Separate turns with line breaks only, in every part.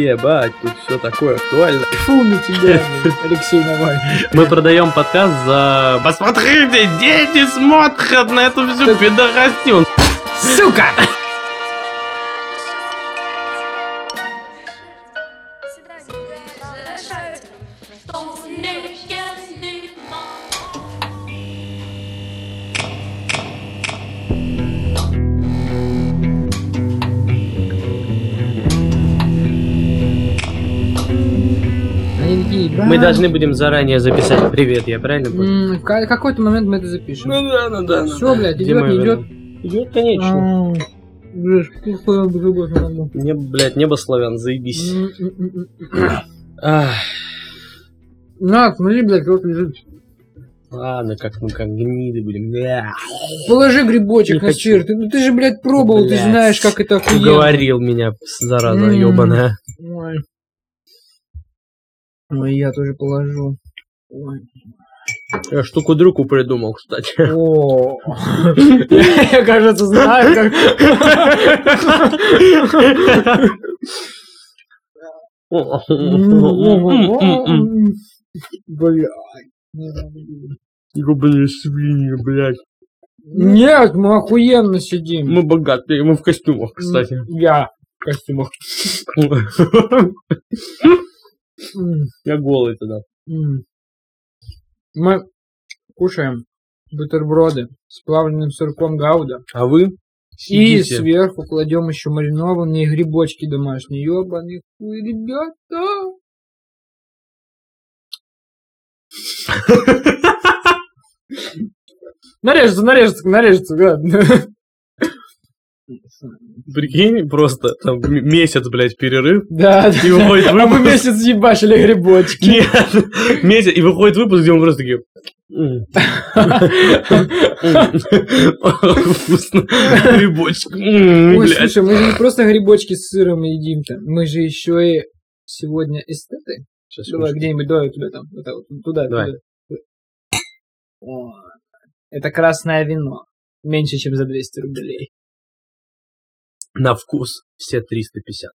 Ебать, тут все такое актуально. Фу на тебя, Алексей Навальный.
Мы продаем подкаст за... Посмотрите, дети смотрят на эту всю пидорастю. Сука!
Они такие, да.
Мы должны будем заранее записать привет, я правильно понял?
М, в ка- какой-то момент мы это запишем. А,
да, ну да.
Все, блядь, А. идет, не идет.
Идет, конечно.
М, Блядь, пухлое животное давно.
Не, блядь, небо славян, заебись.
М, м, м, м.
Ах,
На, смотри, блядь, вот лежит.
ладно, как мы как гниды будем. Бля.
Положи грибочек
Не
на
хочу.
сыр. Ты, ну ты же, блядь, пробовал, ты
Блядь.
знаешь, как это охуенно.
Уговорил меня, зараза
М.
ебаная.
Ой. Ой, я тоже положу. Ой.
Я штуку дрюку придумал, кстати.
О. Я, кажется, знаю, как... Бля.
Ёбаные свиньи, блядь.
Нет, мы охуенно сидим.
Ну, Мы богатые, мы в костюмах, кстати.
Я в костюмах. М,
Я голый тогда.
м. Мы кушаем бутерброды с плавленным сырком гауда.
А вы?
И
Сидите.
сверху кладем еще маринованные грибочки домашние. Ёбаный хуй, ребята! Нарежется, нарежется, нарежется, ладно.
Прикинь, просто там м- месяц, блядь, перерыв.
Да,
И
да.
выходит
А мы
выпуск.
месяц ебашили грибочки.
Нет, месяц, и выходит выпуск, где мы просто такие... «М, м, Вкусно. Грибочек. м,
Ой,
Ну Блядь.
слушай, мы же не просто грибочки с сыром едим-то. Мы же еще и сегодня эстеты.
Сейчас,
Давай
секундочку.
где-нибудь, давай туда там. вот так вот, Туда,
Давай.
туда. О, Это красное вино. Меньше, чем за 200 рублей.
На вкус все 350.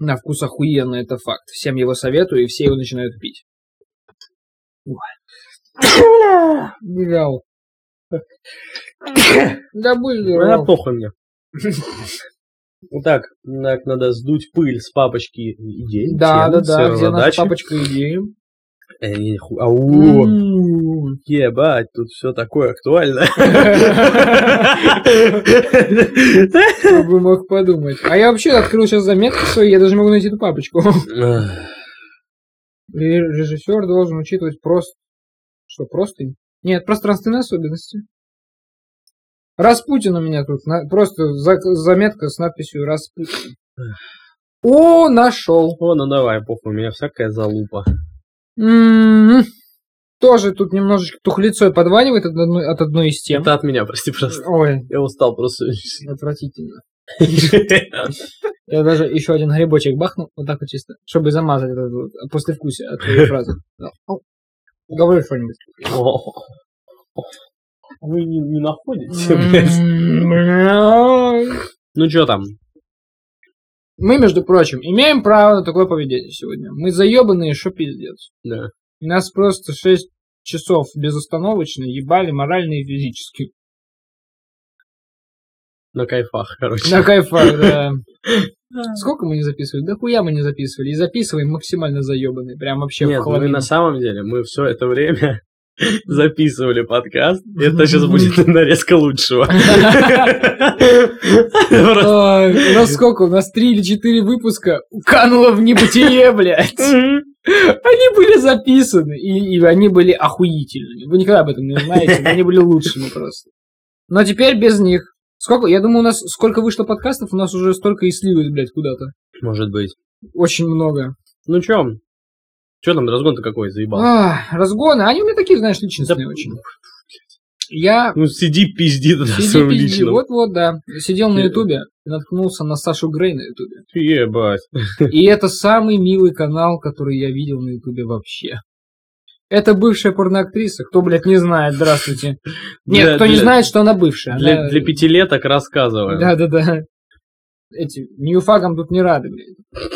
На вкус охуенно, это факт. Всем его советую, и все его начинают пить. Ой. Бляу. Да будь
Да
здоров.
похуй мне. Вот Ну так, так надо сдуть пыль с папочки идей.
Да,
тем,
да, да,
сфер
где наша
задачи.
папочка идеи?
Эй, ху- Ау,
М.
ебать, тут все такое актуально.
Кто бы мог подумать. А я вообще открыл сейчас заметку свою, я даже могу найти эту папочку. Ре- Режиссер должен учитывать просто... Что, просто? Нет, пространственные особенности. Распутин у меня тут. на- Просто за- заметка с надписью Распутин. О, нашел.
О, ну давай, похуй, у меня всякая залупа.
М, М-м-м. Тоже тут немножечко тухлицой подванивает от одной, от одной из тем.
Это от меня, прости, просто.
Ой,
Я устал просто.
отвратительно. Я даже еще один грибочек бахнул, вот так вот чисто, чтобы замазать этот вот послевкусие от твоей фразы. Да. О, Говори что-нибудь.
Вы не, не находите, блядь?
М-м-м.
Ну чё там?
Мы, между прочим, имеем право на такое поведение сегодня. Мы заебанные, что пиздец.
Да.
Нас просто 6 часов безостановочно ебали морально и физически.
На кайфах, короче.
На кайфах, да. Сколько мы не записывали? Да хуя мы не записывали. И записываем максимально заебанные. Прям вообще
Нет, ну
в
мы
хламину.
на самом деле, мы все это время записывали подкаст. Это сейчас будет нарезка лучшего. Просто
Ой, У нас сколько? У нас три или четыре выпуска кануло в небытие, блядь. Они были записаны, и, и они были охуительными. Вы никогда об этом не узнаете, но они были лучшими просто. Но теперь без них. Сколько? Я думаю, у нас сколько вышло подкастов, у нас уже столько и слилось, блядь, куда-то.
Может быть.
Очень много.
Ну чё? Чё там, разгон-то какой, заебал?
Ах, А, разгоны. Они у меня такие, знаешь, личностные
Да,
очень. Я
Ну сиди пизди тогда
сиди,
своем
пизди,
личном.
вот-вот, да. Сидел на
Э.
Ютубе и наткнулся на Сашу Грей на Ютубе.
Ебать.
И это самый милый канал, который я видел на Ютубе вообще. Это бывшая порноактриса. Кто, блядь, не знает, здравствуйте. Нет,
Для-
кто не
для-
знает, что она бывшая.
Для,
она-
для пятилеток рассказываем.
Да, да, да. Эти ньюфагам тут не рады, блядь.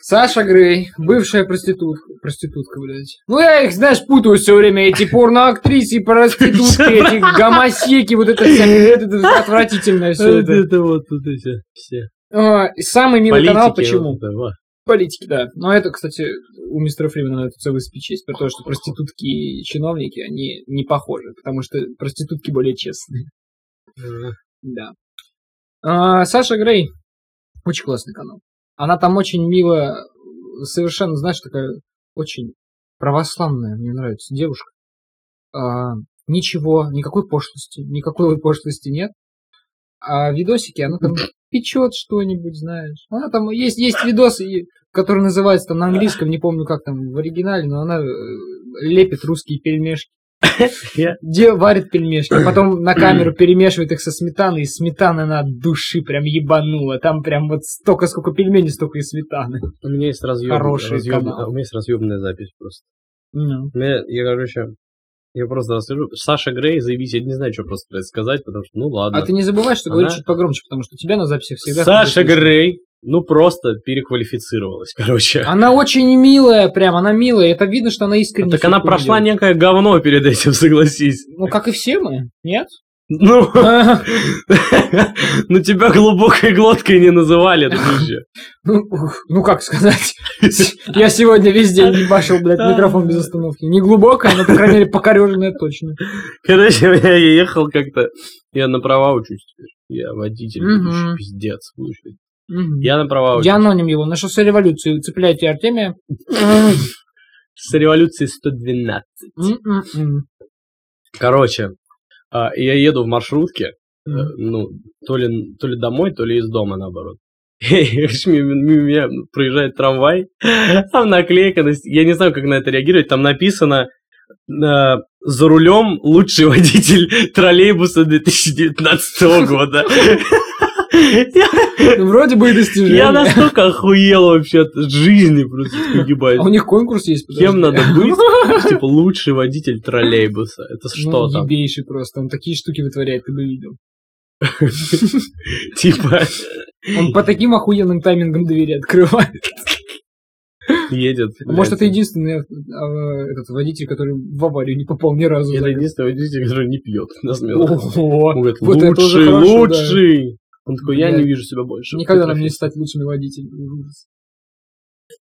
Саша Грей, бывшая проститутка. Проститутка, блядь. Ну, я их, знаешь, путаю все время. Эти порноактрисы и проститутки, эти гомосеки, вот это вся пи***ь, это отвратительное все это.
вот тут эти все.
А, и Самый милый канал, почему?
вот это, во.
Политики, да. Но это, кстати, у мистера Фримена это целый спич есть про то, что проститутки и чиновники, они не похожи, потому что проститутки более честные. Да. А, Саша Грей. Очень классный канал. Она там очень мило, совершенно, знаешь, такая очень православная, мне нравится, девушка. А, ничего, никакой пошлости, никакой пошлости нет. А видосики, она там печет что-нибудь, знаешь. Она там, есть, есть видос, и- который называется там на английском, не помню как там в оригинале, но она э, лепит русские пельмешки.
Я-
Де варит пельмешки, а потом на камеру перемешивает их со сметаной, и сметана на души прям ебанула. Там прям вот столько, сколько пельменей, столько и сметаны.
У меня есть разъеб-
Хороший
разъеб-
канал.
У меня есть разъебная запись просто.
Ну,
У меня- я, короче, я просто расскажу. Саша Грей, заебись, я не знаю, что просто про это сказать, потому что, ну ладно.
А ты не забывай, что говорить
Она-
чуть погромче, потому что у тебя на записи всегда...
Саша
слышно.
Грей, ну просто переквалифицировалась, короче.
Она очень милая, прям, она милая. Это видно, что она искренне...
так
всё
она
это
прошла
делает.
некое говно перед этим, согласись.
Ну, как и все мы, нет?
Ну,
А,
ну тебя глубокой глоткой не называли, дружище.
Ну, ух, ну, как сказать? Я сегодня весь день ебашил, блядь, микрофон без остановки. Не глубокая, но, по крайней мере, покореженная точно.
Короче, я ехал как-то. Я на права учусь теперь. Я водитель,
Мгм.
ведущий, пиздец. слушай.
Мгм.
Я на права учусь.
Дианоним его. На шоссе революции цепляйте Артемия.
С революции 112.
М-м-м.
Короче, а, я еду в маршрутке, э,
Мгм.
ну, то ли, то ли домой, то ли из дома, наоборот. И, короче, мимо мимо меня проезжает трамвай, там наклейка, то есть я не знаю, как на это реагировать, там написано э, «За рулем лучший водитель троллейбуса 2019 года». Я-
Ну, Вроде бы и
Я
достижение.
настолько охуел вообще от жизни просто,
А
ебать.
у них конкурс есть, подожди. Ну,
Кем надо быть? Типа лучший водитель троллейбуса. Это что
ну,
там?
ебейший просто. Он такие штуки вытворяет, ты бы видел.
Типа
Он по таким охуенным таймингам двери открывает.
едет. блядь.
Может, это единственный а, этот водитель, который в аварию не попал ни разу.
Это
за год.
единственный водитель, который не пьет на смену.
Ого.
Он говорит,
Вот это уже
лучший,
хорошо,
лучший. Он такой, я не
Блядь.
вижу себя больше.
Никогда нам не стать лучшими водителями. Ужас.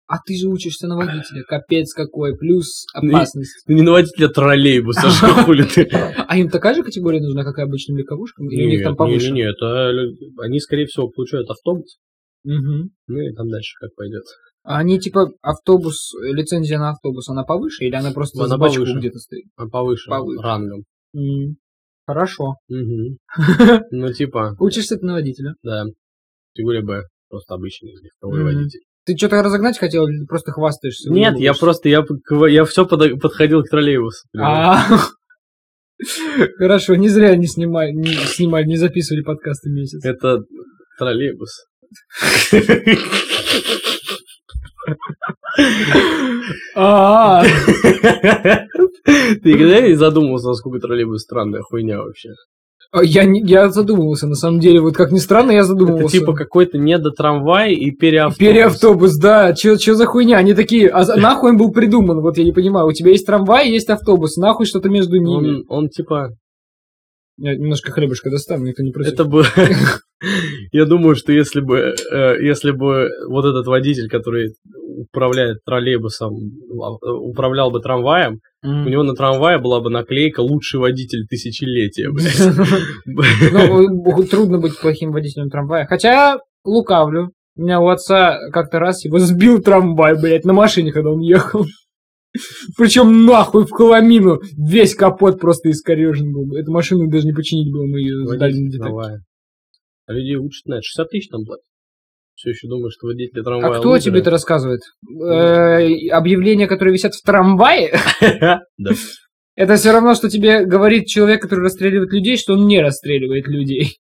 А ты же учишься на водителя. Капец какой. Плюс
Ну и-
опасность.
Ты не на водителя троллейбуса, что хули ты?
А им такая же категория нужна, как и обычным легковушкам? Или у них там
Нет, не,
повыше?
не, не, это лю- они, скорее всего, получают автобус,
Мгм.
ну и там дальше как пойдет.
А они типа автобус, э, лицензия на автобус, она повыше или она просто
Она
за бачку
повыше.
где-то стоит?
А повыше,
Повыше.
рангом.
М, Хорошо.
Мгм. Ну, типа,
Учишься ты на водителя.
да, категория Б, просто обычный легковой
Мгм.
водитель.
Ты что-то разогнать хотел или ты просто хвастаешься?
Нет, я
выебываешься?
просто, я, п- я все подходил к троллейбусу.
А. Хорошо, не зря не снимали, не снимали, не записывали подкасты месяц.
Это троллейбус.
А,
Ты никогда не задумывался, насколько троллейбус странная хуйня вообще?
А, Я, не- я задумывался, на самом деле. Вот как ни странно, я задумывался.
Это типа какой-то недотрамвай и переавтобус.
Переавтобус, да. Че, че за хуйня? Они такие, а за- нахуй он был придуман? Вот я не понимаю. У тебя есть трамвай, есть автобус. Нахуй что-то между ними.
Он, он типа...
Ну, Я немножко хлебушка достану, никто не просит.
Это бы... Я думаю, что если бы, э, если бы вот этот водитель, который управляет троллейбусом, ла- э, управлял бы трамваем, у него на трамвае была бы наклейка «Лучший водитель тысячелетия», блядь.
Ну, э, трудно быть плохим водителем трамвая. Хотя, лукавлю. У меня у отца как-то раз его сбил трамвай, блядь, на машине, когда он ехал. Причем нахуй в коломину. Весь капот просто искорежен был. Эту машину даже не починить было, мы ее сдали на
Водитель
деталь.
трамвая. А людей учат на это. 60 тысяч там платят. Все еще думаешь, что водители
А
трамвая
кто тебе это рассказывает? Э, Объявления, которые висят в трамвае,
это? Да.
это все равно, что тебе говорит человек, который расстреливает людей, что он не расстреливает людей.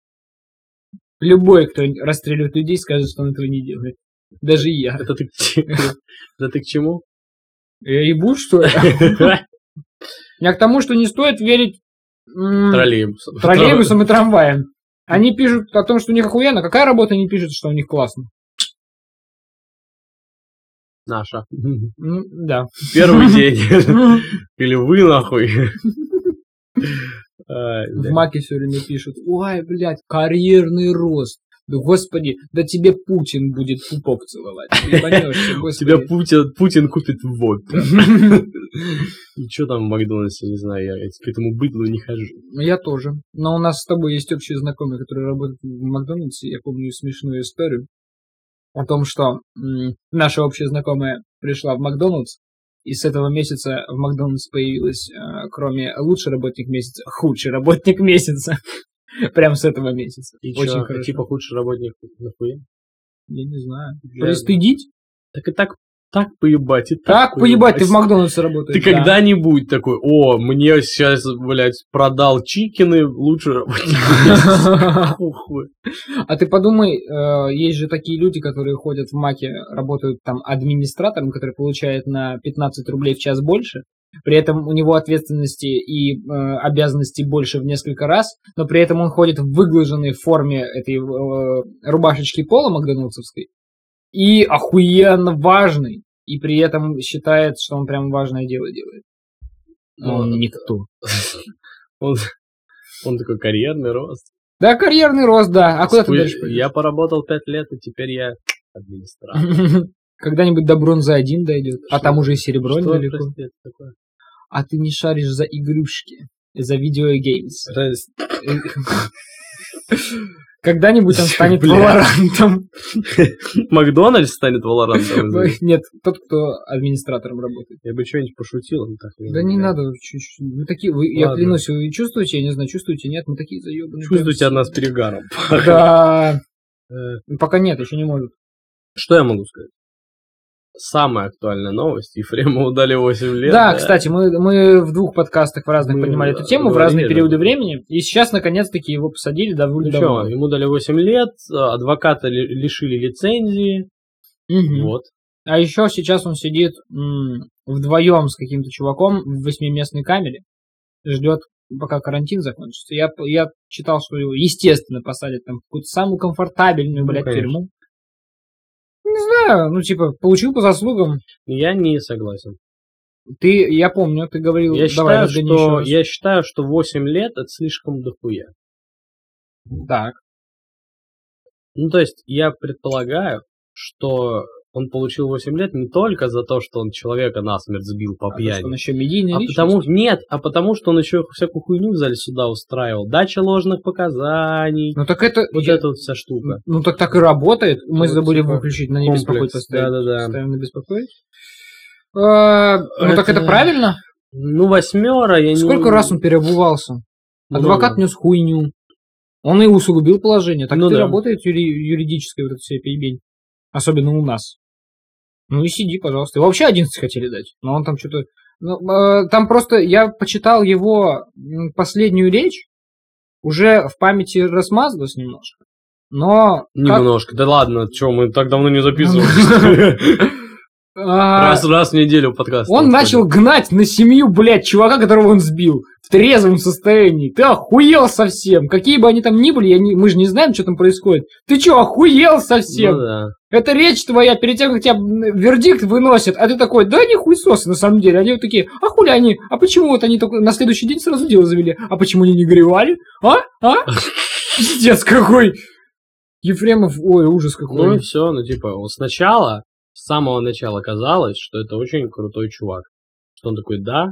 Любой, кто расстреливает людей, скажет, что он этого не делает. Даже я.
Это ты к чему? Это ты к чему?
Я ебу, что ли? Я к тому, что не стоит верить м,
Троллейбусом.
троллейбусам и трамваям. Они пишут о том, что у них охуенно. Какая работа не пишет, что у них классно?
Наша.
Ну, да.
Первый день. Или вы нахуй. Ай,
В
бля.
Маке все время пишут, ой, блядь, карьерный рост. Да господи, да тебе Путин будет пупок целовать. Ты ебанешься, господи.
Тебя Путин, Путин купит водка. И что там в Макдональдсе, не знаю, я к этому быдлу не хожу.
Ну, Я тоже. Но у нас с тобой есть общие знакомые, которые работают в Макдональдсе. Я помню смешную историю о том, что м, наша общая знакомая пришла в Макдональдс, и с этого месяца в Макдональдс появилась, э, кроме лучший работник месяца, худший работник месяца. Прям с этого месяца.
И
Очень
чё,
хорошо.
Типа худший работник нахуя?
Я не знаю.
Я-
Пристыдить?
Так и так, так поебать, и так
Так, поебать, ты в Макдональдсе
Ты
работаешь. да.
когда-нибудь такой, о, мне сейчас, блядь, продал чикины, лучше работать. Хуй.
А ты подумай, э, есть же такие люди, которые ходят в Маке, работают там администратором, который получает на 15 рублей в час больше, при этом у него ответственности и э, обязанностей больше в несколько раз, но при этом он ходит в выглаженной форме этой э, рубашечки пола макдональдсовской и охуенно важный, и при этом считает, что он прям важное дело делает.
Ну,
Он никто.
Он он такой карьерный рост.
Да, карьерный рост, да. А куда ты
Спу-
дальше пойдёшь?
Я поработал пять лет, и теперь я администратор.
Когда-нибудь до бронзы один дойдет, а
Что?
там уже и серебро
Что,
недалеко.
прости, это такое?
А ты не шаришь за игрушки, за видеогеймс.
Раз-
Когда-нибудь он станет
Бля.
лорантом.
Макдональдс станет Валорантом? извини.
Нет, тот, кто администратором работает.
Я бы что-нибудь пошутил, но так
Да не надо, чуть-чуть. Вы такие, вы- я
Ладно.
клянусь, вы чувствуете, я не знаю, чувствуете, нет, мы такие заебанные.
Чувствуйте от нас перегаром.
Да.
Э,
Ну, Пока нет, еще не может.
Что я могу сказать? Самая актуальная новость. Ефремову дали 8 лет.
Да, кстати, мы, мы в двух подкастах в разных
Мы,
поднимали эту
да,
тему, в разные
говорили, да.
периоды времени. И сейчас, наконец-таки, его посадили довольно
Ну
давно.
чё, ему дали 8 лет, а, адвоката ли- лишили лицензии.
Мгм.
Вот.
А еще сейчас он сидит м, вдвоем с каким-то чуваком в восьмиместной камере, ждет, пока карантин закончится. Я, п- я читал, что его, естественно, посадят там в какую-то самую комфортабельную,
Ну,
блядь,
конечно.
тюрьму. Не знаю, ну, типа, получил по заслугам.
Я не согласен.
Ты, я помню, ты говорил,
Я
давай,
считаю,
разгони
что,
еще раз».
я считаю, что 8 лет это слишком дохуя.
Так,
Ну, то есть, я предполагаю, что он получил 8 лет не только за то, что он человека насмерть сбил по
а то, что он
пьяни.
еще медийный
А потому нет, а потому что он еще всякую хуйню в зале суда устраивал. Дача ложных показаний.
Ну, так это...
Вот
я-
эта вот вся штука.
Ну, так так и работает. Мы
Вот,
забыли
типа,
выключить, на не беспокоить
комплекс,
поставить.
да-да-да.
Ставим на беспокоить. А, ну, так это
Это-
правильно?
Ну, восьмера, я не... Ну,
Сколько раз он переобувался?
Много.
Адвокат нес хуйню. Он и усугубил положение. Так
Ну
это и
да.
работает юри- юридическая вот эта вся поебень. Особенно у нас. Ну и сиди, пожалуйста. Его вообще 11 хотели дать. Но он там что-то... ну, э, там просто... Я почитал его м, последнюю речь. Уже в памяти размазалась немножко. Но... как- Ну,
Немножко. Да ладно, что, мы так давно не записывали.
А,
Раз, раз в неделю подкаст. выходит.
Он
Ну
начал гнать на семью, блядь, чувака, которого он сбил. В трезвом состоянии. Ты охуел совсем. Какие бы они там ни были, я не- мы же не знаем, что там происходит. Ты чё, охуел совсем?
Ну да.
Это речь твоя, перед тем, как тебя м, вердикт выносят, а ты такой, да они хуесосы на самом деле. Они вот такие, а хули они? А почему вот они только на следующий день сразу дело завели? А почему они не горевали? А? А? Пиздец какой! Ефремов, ой, ужас
Ну и
какой.
все, ну типа, он сначала, с самого начала казалось, что это очень крутой чувак. Что он такой, да,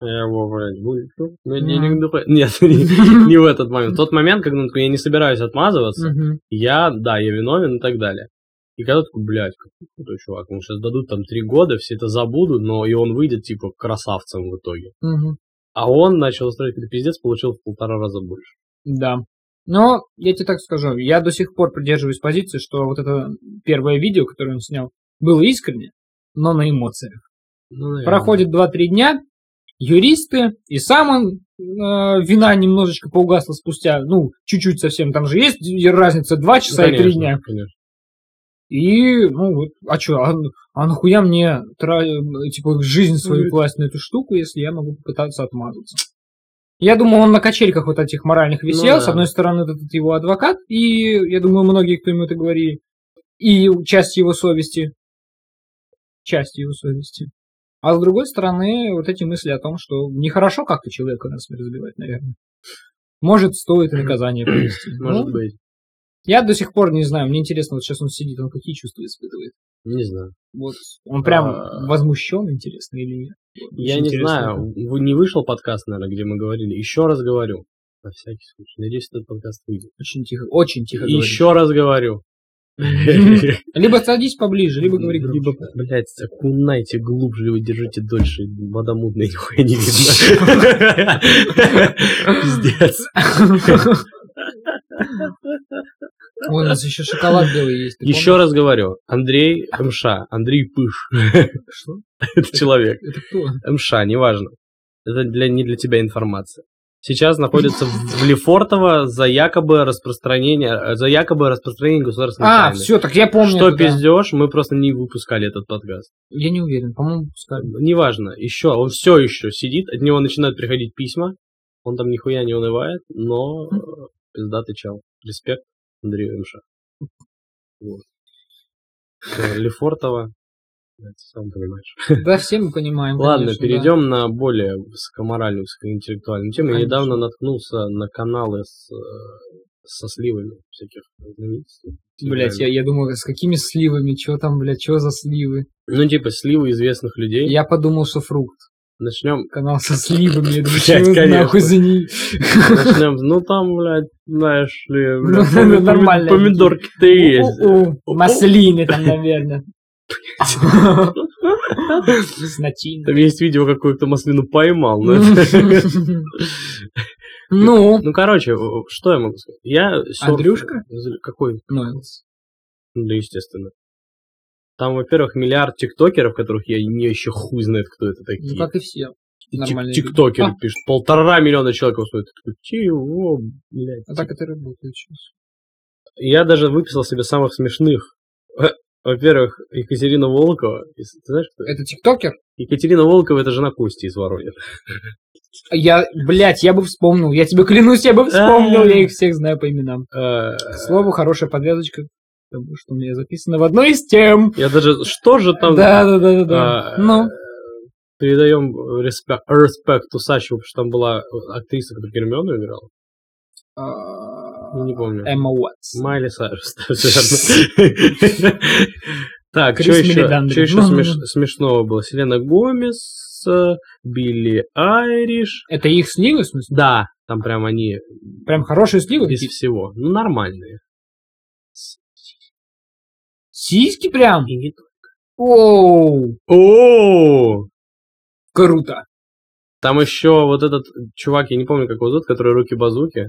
А я его, «Ну, блядь, вылечу, мне
Мгм.
денег дохуя». Нет, не, не в этот момент. В тот момент, когда он такой, я не собираюсь отмазываться,
Мгм.
я, да, я виновен и так далее. И когда такой, блядь, какой крутой чувак, ему сейчас дадут там три года, все это забудут, но и он выйдет, типа, красавцем в итоге.
Мгм.
А он начал устраивать какой-то пиздец, получил в полтора раза больше.
Да. Но я тебе так скажу, я до сих пор придерживаюсь позиции, что вот это первое видео, которое он снял, было искренне, но на эмоциях.
Ну, наверное.
Проходит 2-3 дня, юристы, и сам он, э, вина немножечко поугасла спустя, ну, чуть-чуть совсем, там же есть разница 2
Ну,
часа и 3
конечно,
дня.
конечно.
И, ну, вот, а что, а, а нахуя мне, тра- э, типа, жизнь свою
Ну,
класть на эту штуку, если я могу попытаться отмазаться? Я думаю, он на качельках вот этих моральных висел.
Ну да.
С одной стороны, этот, этот его адвокат, и, я думаю, многие, кто ему это говорили, и часть его совести. часть его совести. А с другой стороны, вот эти мысли о том, что нехорошо как-то человека на смерть разбивать, наверное. Может, стоит наказание привести.
Может
Ну,
быть.
Я до сих пор не знаю, мне интересно, вот сейчас он сидит, он какие чувства испытывает.
Не знаю.
Вот он прям
А.
возмущен, интересно, или нет?
Я
Очень
не
интересно.
знаю, в- не вышел подкаст, наверное, где мы говорили. Еще раз говорю. На всякий случай. Надеюсь, этот подкаст выйдет.
Очень тихо, очень тихо говорит.
Еще раз говорю.
Либо садись поближе, либо говори громче.
Либо, блядь, окунайте глубже, либо держите дольше. Вода мутная, нихуя не видно. Пиздец.
Ой, у нас еще шоколад белый есть. ты
Еще раз говорю. Андрей МШ. Андрей Пыш.
помнишь? Что?
Это человек.
Это кто?
МШ, неважно. Это для, не для тебя информация. Сейчас находится в Лефортово за якобы распространение, э, за якобы распространение государственной
А,
тайны.
все, так я помню.
Что
это, да.
пиздешь, мы просто не выпускали этот подкаст.
Я не уверен, по-моему, пускали.
Неважно, еще, он все еще сидит, от него начинают приходить письма, он там нихуя не унывает, но э, пиздатый чел. Респект Андрею МШ. Вот. Э, Лефортово. Блядь, Сам понимаешь.
Да, все мы понимаем.
Ладно,
конечно, да.
перейдем на более высокоморальную, высокоинтеллектуальную тему. Я
Конечно.
недавно наткнулся на каналы с, э, со сливами всяких знаменитостей.
Блять, Типа, я, я думал, с какими сливами, что там, блядь, что за сливы?
Ну, типа, сливы известных людей.
Я подумал, что фрукт.
Начнем,
Канал со сливами, я думаю,
Блядь,
чё вы
конечно.
нахуй за ней.
начнем. с- Ну, там, блядь, знаешь ли,
Ну,
блядь, поми-
нормально.
помидорки-то есть.
У-у-у, Маслины там, наверное. С начинкой.
Там есть видео, как кто маслину поймал. но это-
Ну,
Ну, короче, э, что я могу сказать? Я... серф-
Андрюшка?
Какой?
Нойлс.
Ну Да, естественно. Там, во-первых, миллиард тиктокеров, которых я не еще хуй знает, кто это такие.
Ну, как и все.
И тик-
нормальные люди.
тиктокеры
А.
пишут. Полтора миллиона человек его смотрит. Такой, Чего, блядь?
А так это работает сейчас.
Я даже выписал себе самых смешных. Во-первых, Екатерина Волкова. Если- Ты знаешь, кто это?
Это тиктокер?
Екатерина Волкова это жена Кости из Воронежа.
Я, блядь, я бы вспомнил. Я тебе клянусь, я бы вспомнил. Я их всех знаю по именам.
Э,
К слову, хорошая подвязочка, потому что у меня записано в одной из тем.
Я даже... Что же там...
Да, да, да, да, да.
А,
Ну,
Передаем респект, респект Усачеву, потому что там была актриса, которая Гермиону играла.
а,
Ну, Не помню.
Эмма Уотс.
Майли Сайрус. да, всё верно. Так, что
Крис
еще,
Миллигандри.
что еще
Ну, ну,
смешного было? Селена Гомес, э, Билли Айриш.
Это их сливы, в смысле?
Да, там прям они
Прям хорошие сливы?
без
какие-то?
всего. Ну, нормальные.
Сиськи прям?
И не-
Оу,
О,
круто.
Там еще вот этот чувак, я не помню, как его зовут, который руки-базуки.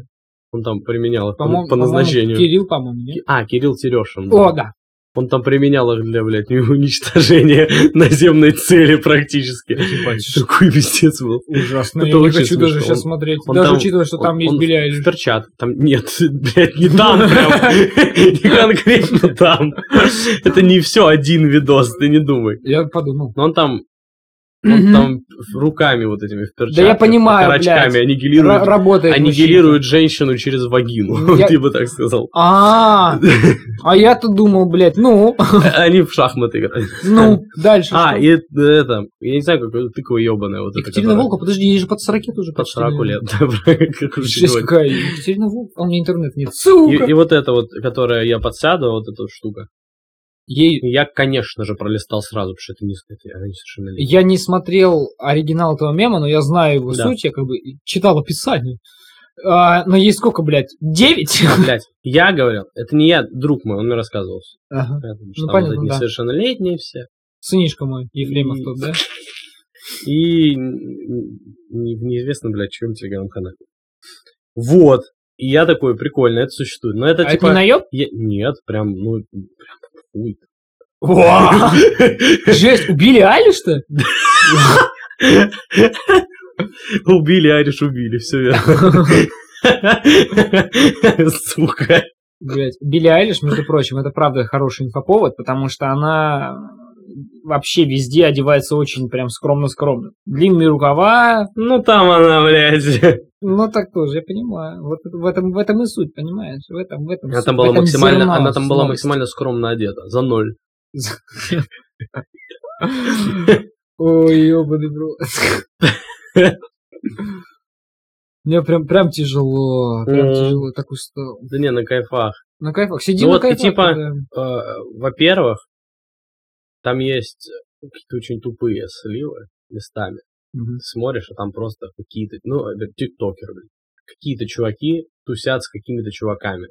Он там применял их по,
По-моему,
по назначению.
Кирилл, по-моему, нет?
А, Кирилл Терешин.
О, да.
Он там применял их для, блядь, уничтожения наземной цели практически. Такой пиздец был.
Ужасно.
Это
я не
очень
хочу даже
смешно.
сейчас смотреть.
он
даже
там-
учитывая, что там
он-
есть
он
Билли
В
Айлиш.
перчат. Там нет, блядь, не там прям. Не конкретно там. Это не все один видос, ты не думай.
Я подумал.
Но он там он
Мгм.
там руками вот этими в перчатках.
я понимаю,
Рачками
блядь. Ра-
аннигилируют,
Работает.
аннигилируют женщину через вагину.
Я-
Ты бы так сказал.
А, а я-то думал, блядь, ну,
А, Они в шахматы играют.
ну, дальше
А,
что?
и это, я не знаю, как тыква ебаная вот эта.
Екатерина
которая
Волкова, подожди, ей же под 40 уже
Под
почти,
40
наверное.
лет. да, как
Жесть
ручной.
какая. Екатерина Волкова, а у меня интернет нет.
И,
Сука!
и вот это вот, которая я подсяду, а вот эта вот штука.
Ей...
Я, конечно же, пролистал сразу, потому что это не это, она не совершеннолетняя.
Я не смотрел оригинал этого мема, но я знаю его
Да.
суть, я как бы читал описание. А, но ей сколько, блядь? Девять?
А, блядь, я говорил, это не я, друг мой, он мне рассказывал.
Ага.
Я думаю,
Ну,
что там
понятно,
вот эти
да.
несовершеннолетние все.
Сынишка мой, Ефремов
И-
тот, да?
И н- н- в неизвестно, блядь, чем телеграм-канале. Вот. И я такой, прикольно, это существует. Но это
А это
типа...
не наеб?
я- Нет, прям, ну, прям хуй.
Жесть, убили Алиш-то?
Убили, Ариш убили, все верно. Сука.
Блять, Билли Айлиш, между прочим, это правда хороший инфоповод, потому что она вообще везде одевается очень прям скромно-скромно. Длинные рукава,
Ну там она, блядь.
ну так тоже, я понимаю. Вот в этом, в этом и суть, понимаешь? В этом, в этом
Она
суть,
там
в
была
этом
максимально,
зерно
она там была
новости.
максимально скромно одета, за ноль.
Ой, ебаный бро. Мне прям, прям тяжело, прям
Мгм.
тяжело, так устал.
Да не, на кайфах.
На кайфах, сиди
Ну вот,
на
и
кайфах.
типа-
да.
Э, Во-первых, там есть какие-то очень тупые сливы местами.
Мгм.
Ты смотришь, а там просто какие-то, ну, это тиктокеры, блин. Какие-то чуваки тусят с какими-то чуваками.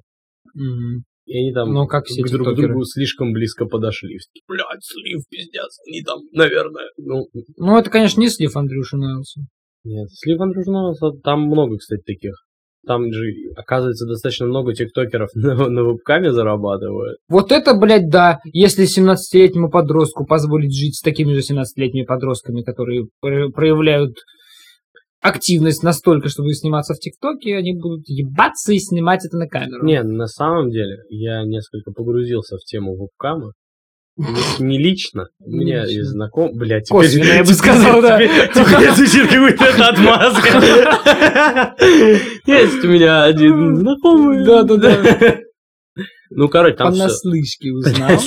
Мгм.
И они там
Ну, как все
к друг
тиктокеры.
другу слишком близко подошли. Все такие, Блядь, слив, пиздец, они там, наверное. Ну,
Ну, это, конечно, не слив Андрюши Найлса.
нет, слив Андрюшна, там много, кстати, таких. Там же, оказывается, достаточно много тиктокеров на, на вебкаме зарабатывают.
Вот это, блядь, да, если 17-летнему подростку позволить жить с такими же 17-летними подростками, которые про- проявляют активность настолько, чтобы сниматься в ТикТоке, они будут ебаться и снимать это на камеру.
Не, на самом деле, я несколько погрузился в тему вебкама. Не- Не лично, у меня
лично.
есть знаком... Блядь, теперь-
Косвенно, я бы сказал, да.
Теперь теперь звучит как будто это отмазка. Есть у меня
Ну,
один знакомый.
Да-да-да.
Ну, короче, там всё.
Понаслышке узнал.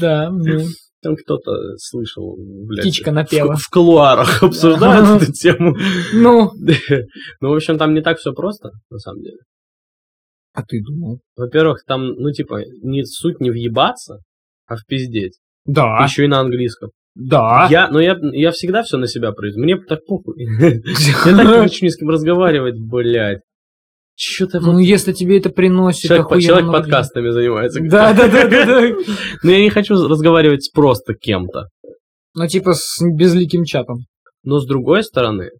Да, ну,
Там кто-то слышал, блядь.
птичка
в, ку-
напела.
в кулуарах обсуждают эту тему.
Ну,
Ну, в общем, там не так все просто, на самом деле.
а ты думал?
Во-первых, там, ну, типа, не суть не въебаться, а впиздеть.
Да,
Еще и на английском.
да.
Я, но я, я всегда все на себя произведу. Мне так похуй. Я так не хочу ни с кем разговаривать, блядь. Че ты вот...
Ну, если тебе это приносит
Человек, по-
охуенно
человек
много
подкастами занимается.
денег. Да, да, да, да, да.
Но я не хочу разговаривать с просто кем-то.
Ну, типа с безликим чатом.
Но с другой стороны,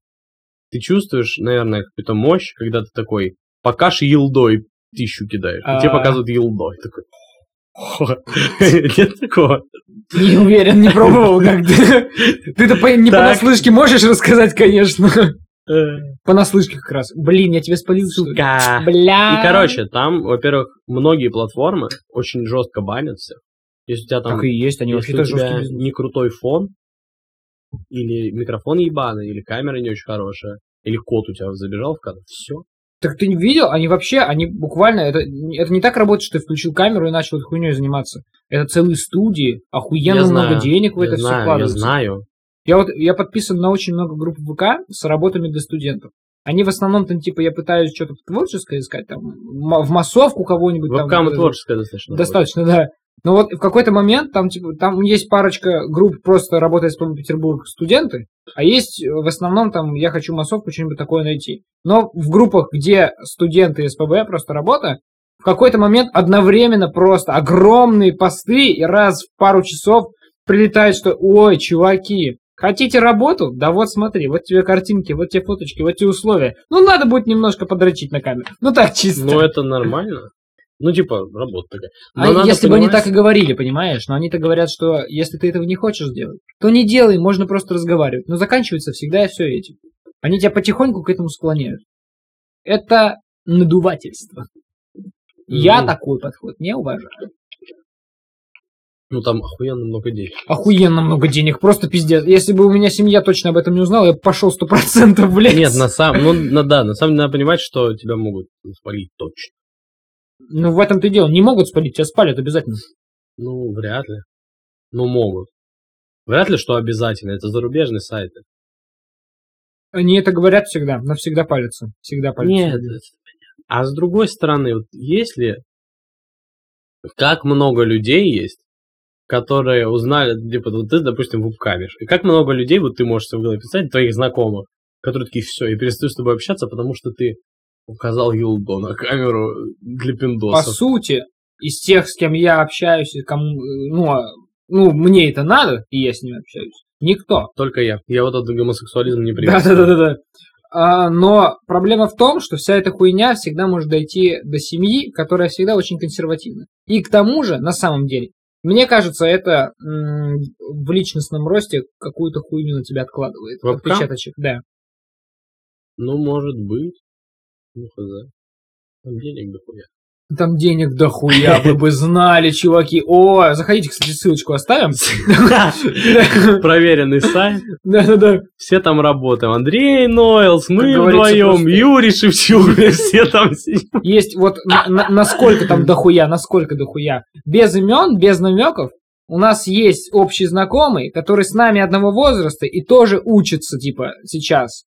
ты чувствуешь, наверное, какую-то мощь, когда ты такой покаж елдой тысячу кидаешь. И тебе
А.
показывают елдой. Такой. Нет такого.
Не уверен, не пробовал как ты. Ты-то по- не
Так.
понаслышке можешь рассказать, конечно.
Э,
Понаслышке как раз. Блин, я тебе спалил, что ли?
Сука.
Бля.
И, короче, там, во-первых, многие платформы очень жестко банят всех. Если у тебя там
Так и есть, они
если
вообще
у
тоже
тебя
жесткие.
не крутой фон, или микрофон ебаный, или камера не очень хорошая, или кот у тебя забежал в кадр, все.
Так ты не видел? Они вообще, они буквально, это, это не так работает, что ты включил камеру и начал этой хуйней заниматься. Это целые студии, охуенно
Я
много
знаю,
денег в
Я
это все
знаю, я
вкладывается.
знаю.
Я вот я подписан на очень много групп ВК с работами для студентов. Они в основном там, типа, я пытаюсь что-то творческое искать, там, м- в массовку кого-нибудь. там,
Вебкама
э,
творческая достаточно.
Достаточно, да. Но вот в какой-то момент там, типа, там есть парочка групп просто работает по Петербург студенты, а есть э, в основном там я хочу массовку, что-нибудь такое найти. Но в группах, где студенты СПБ просто работа, в какой-то момент одновременно просто огромные посты и раз в пару часов прилетает, что «Ой, чуваки, хотите работу? Да вот смотри, вот тебе картинки, вот тебе фоточки, вот тебе условия. Ну, надо будет немножко подрочить на камеру. Ну, так чисто».
Ну, это нормально. Ну, типа, работа такая. Но
А
надо
если бы они
понимать-
так и говорили, понимаешь? Но они-то говорят, что если ты этого не хочешь делать, то не делай, можно просто разговаривать. Но заканчивается всегда все этим. Они тебя потихоньку к этому склоняют. Это надувательство. Я
Мгм.
такой подход не уважаю.
Ну, там охуенно много денег.
Охуенно много денег, просто пиздец. Если бы у меня семья точно об этом не узнала, я бы пошел сто процентов, блядь.
Нет, на самом... Ну, на- да, на самом деле надо понимать, что тебя могут спалить точно.
Ну, в этом ты дело. Не могут спалить, тебя спалят обязательно.
Ну, вряд ли. Ну, могут. Вряд ли, что обязательно. Это зарубежные сайты.
Они это говорят всегда, навсегда палятся. Всегда палятся.
Нет. это- А с другой стороны, вот если... Как много людей есть, которые узнали, типа, вот ты, допустим, вебкамишь. И как много людей, вот ты можешь себе в голове писать, твоих знакомых, которые такие, все, я перестаю с тобой общаться, потому что ты указал Юлдо на камеру для
по
пиндосов.
сути, из тех, с кем я общаюсь, и кому, э, ну, а, ну, мне это надо, и я с ними общаюсь, никто.
Только я. Я вот этот гомосексуализм не
Да, да, да, да, да. А, но проблема в том, что вся эта хуйня всегда может дойти до семьи, которая всегда очень консервативна. И к тому же, на самом деле, мне кажется, это м, в личностном росте какую-то хуйню на тебя откладывает.
Вебкам?
Отпечаточек, да.
Ну, может быть. Ну, хз. Там денег дохуя.
Там денег дохуя, вы бы знали, чуваки. О, заходите, кстати, ссылочку оставим.
Проверенный сайт.
Да-да-да.
Все там работаем. Андрей Нойлс, мы
Как говорится,
вдвоем,
просто-
Юрий Шевчук, все там сидят.
Есть вот на- на- насколько там дохуя, насколько дохуя. Без имен, без намеков, у нас есть общий знакомый, который с нами одного возраста и тоже учится, типа, сейчас.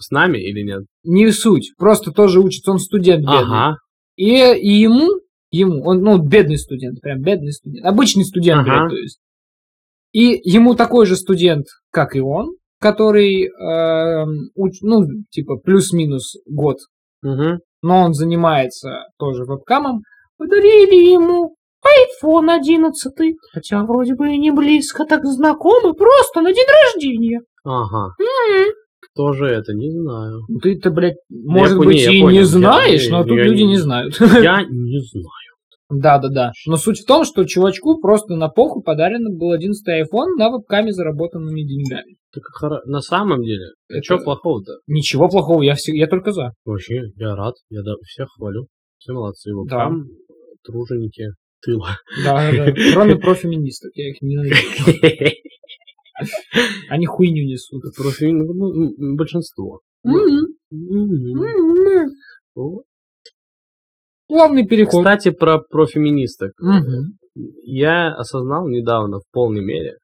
С нами или нет?
Не суть, просто тоже учится, он студент бедный.
Ага.
И, и ему, ему, он, ну, бедный студент, прям бедный студент, обычный студент,
Ага.
блядь, то есть. И ему такой же студент, как и он, который, эм, уч- ну, типа, плюс-минус год,
Мгм.
но он занимается тоже вебкамом, подарили ему iPhone 11, хотя вроде бы и не близко так знакомы, просто на день рождения.
Ага. Кто же это? Не знаю.
Ну Ты-то, блядь, может
понял,
быть,
я
и
понял.
не
Я-
знаешь, но
я-
тут
я
люди
не-
не знают.
Я не знаю.
Да, да, да. Но суть в том, что чувачку просто на поху подарен был 11 iPhone на вебкаме заработанными деньгами.
Так как хоро- на самом деле,
Это-
что плохого-то?
Ничего плохого, я, все, я только за.
Вообще, я рад, я да- всех хвалю. Все молодцы, его
Да.
там труженики тыла.
Да, да, да. Кроме профеминисток, я их ненавижу. Они хуйню несут.
Профи- ну, ну, м, большинство. М-м-м.
М-м,
Мгм.
м-м.
Вот.
Плавный переход.
Кстати, про профеминисток.
Мгм.
Я осознал недавно в полной мере,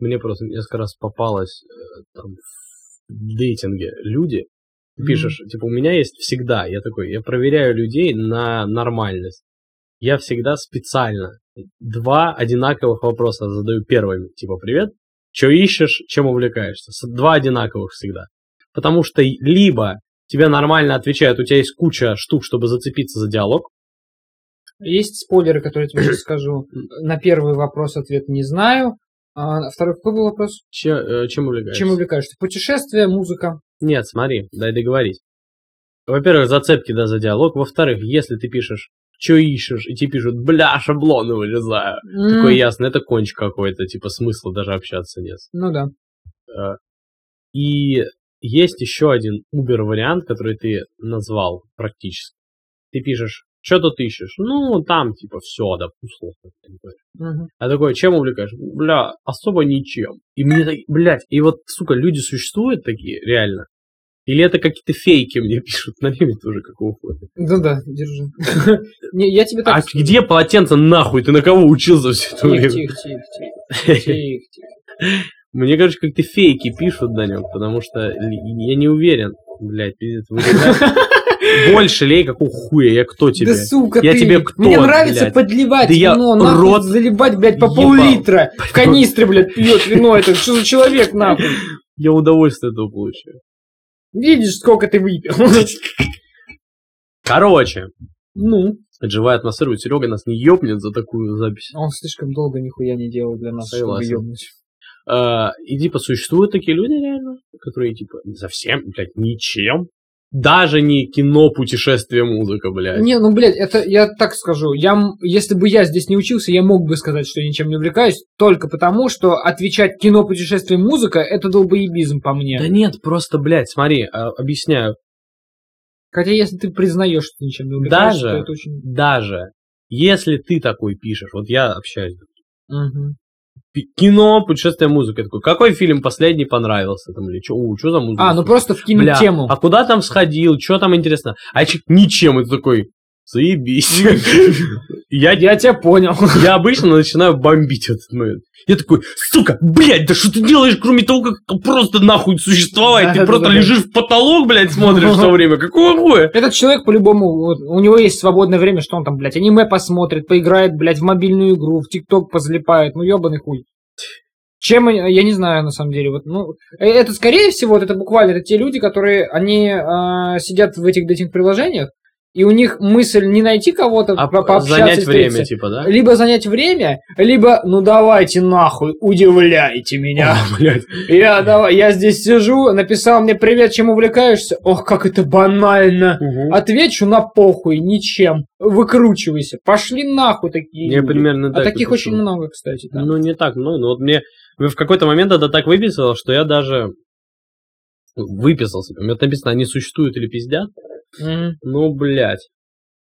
мне просто несколько раз попалось э, там, в дейтинге люди, Ты
Мгм.
пишешь, типа, у меня есть всегда, я такой, я проверяю людей на нормальность. Я всегда специально два одинаковых вопроса задаю первыми, типа, привет, что ищешь, чем увлекаешься. С- Два одинаковых всегда. Потому что и- либо тебе нормально отвечают, у тебя есть куча штук, чтобы зацепиться за диалог,
Есть спойлеры, которые я тебе сейчас скажу. На первый вопрос ответ не знаю. А на второй какой был вопрос?
че- э, чем увлекаешься.
Чем увлекаешься? Путешествие, музыка.
Нет, смотри, дай договорить. Во-первых, зацепки да за диалог. Во-вторых, если ты пишешь, что ищешь, и тебе пишут, бля, шаблоны вылезаю. Такое
М,
ясно, это конч какой-то, типа смысла даже общаться нет.
Ну да.
И есть еще один Uber вариант, который ты назвал практически. Ты пишешь, что тут ищешь? Ну, там, типа, все, да, условно.
Мгм.
А такой, чем увлекаешь? Бля, особо ничем. И мне, так- блядь, и вот, сука, люди существуют такие, реально. Или это какие-то фейки мне пишут на меме тоже, какого хуя.
Да-да, держи. Не, Я тебе Ну, так
А где полотенце нахуй? Ты на кого учился все это
Тихо,
время?
тихо, тихо, тихо, тихо, тихо.
Мне, короче, как-то фейки пишут на нем, потому что ли- я не уверен. Блядь, пиздец, вылезай. Больше лей, какого хуя, я кто тебе?
Да сука
Я
ты,
тебе кто,
мне нравится
блядь?
подливать
Да я
вино, нахуй
рот
заливать, блядь, по
ебал.
пол-литра в канистре, блядь, пьет вино, это что за человек, нахуй?
Я удовольствие от этого получаю.
Видишь, сколько ты выпил?
Короче,
Ну,
это живая атмосфера, и Серега нас не ёбнет за такую запись.
он слишком долго нихуя не делал для нас, чтобы
Согласен.
ёбнуть.
А, и типа существуют такие люди реально, которые типа совсем, блядь, ничем. Даже не кино, путешествие, музыка, блядь.
Не, ну, блядь, это я так скажу. Я, м- если бы я здесь не учился, я мог бы сказать, что я ничем не увлекаюсь, только потому, что отвечать кино, путешествие, музыка – это долбоебизм по мне.
Да нет, просто, блядь, смотри, а, объясняю.
Хотя если ты признаешь, что ты ничем не увлекаешься,
Даже-
то это очень...
Даже если ты такой пишешь, вот я общаюсь,
Мгм.
пи- кино, путешествие, музыка. Я такой, какой фильм последний понравился? Там, или что, что за музыка?
А, ну просто вкинуть
Бля,
тему.
а куда там сходил, что там интересно? А я чё- ничем, это такой, заебись. Я
Я тебя понял.
Я обычно начинаю бомбить в этот момент. Я такой, сука, блядь, да что ты делаешь, кроме того, как просто нахуй существовать? Ты
Да-да-да-да.
просто лежишь в потолок, блядь, смотришь все время. Какого хуя?
Этот человек по-любому, вот, у него есть свободное время, что он там, блядь, аниме посмотрит, поиграет, блядь, в мобильную игру, в ТикТок позалипает, ну ебаный хуй. Чем они, я не знаю, на самом деле, вот, ну, э, это, скорее всего, вот это буквально, это те люди, которые, они а, сидят в этих дейтинг-приложениях, и у них мысль не найти кого-то,
А
по- пообщаться,
занять
встретиться.
время, типа, да?
Либо занять время, либо, ну давайте нахуй, удивляйте меня.
О, блядь.
Я, давай, я здесь сижу, написал мне привет, чем увлекаешься? Ох, как это банально. Отвечу на похуй, ничем. Выкручивайся. Пошли нахуй такие.
Я
люди.
примерно
а
так
таких
и
очень
поступал.
много, кстати. да.
Ну, не так много, но вот мне в какой-то момент это так выписал, что я даже выписался. У меня там написано, они существуют или пиздят.
Мгм.
Ну, блядь.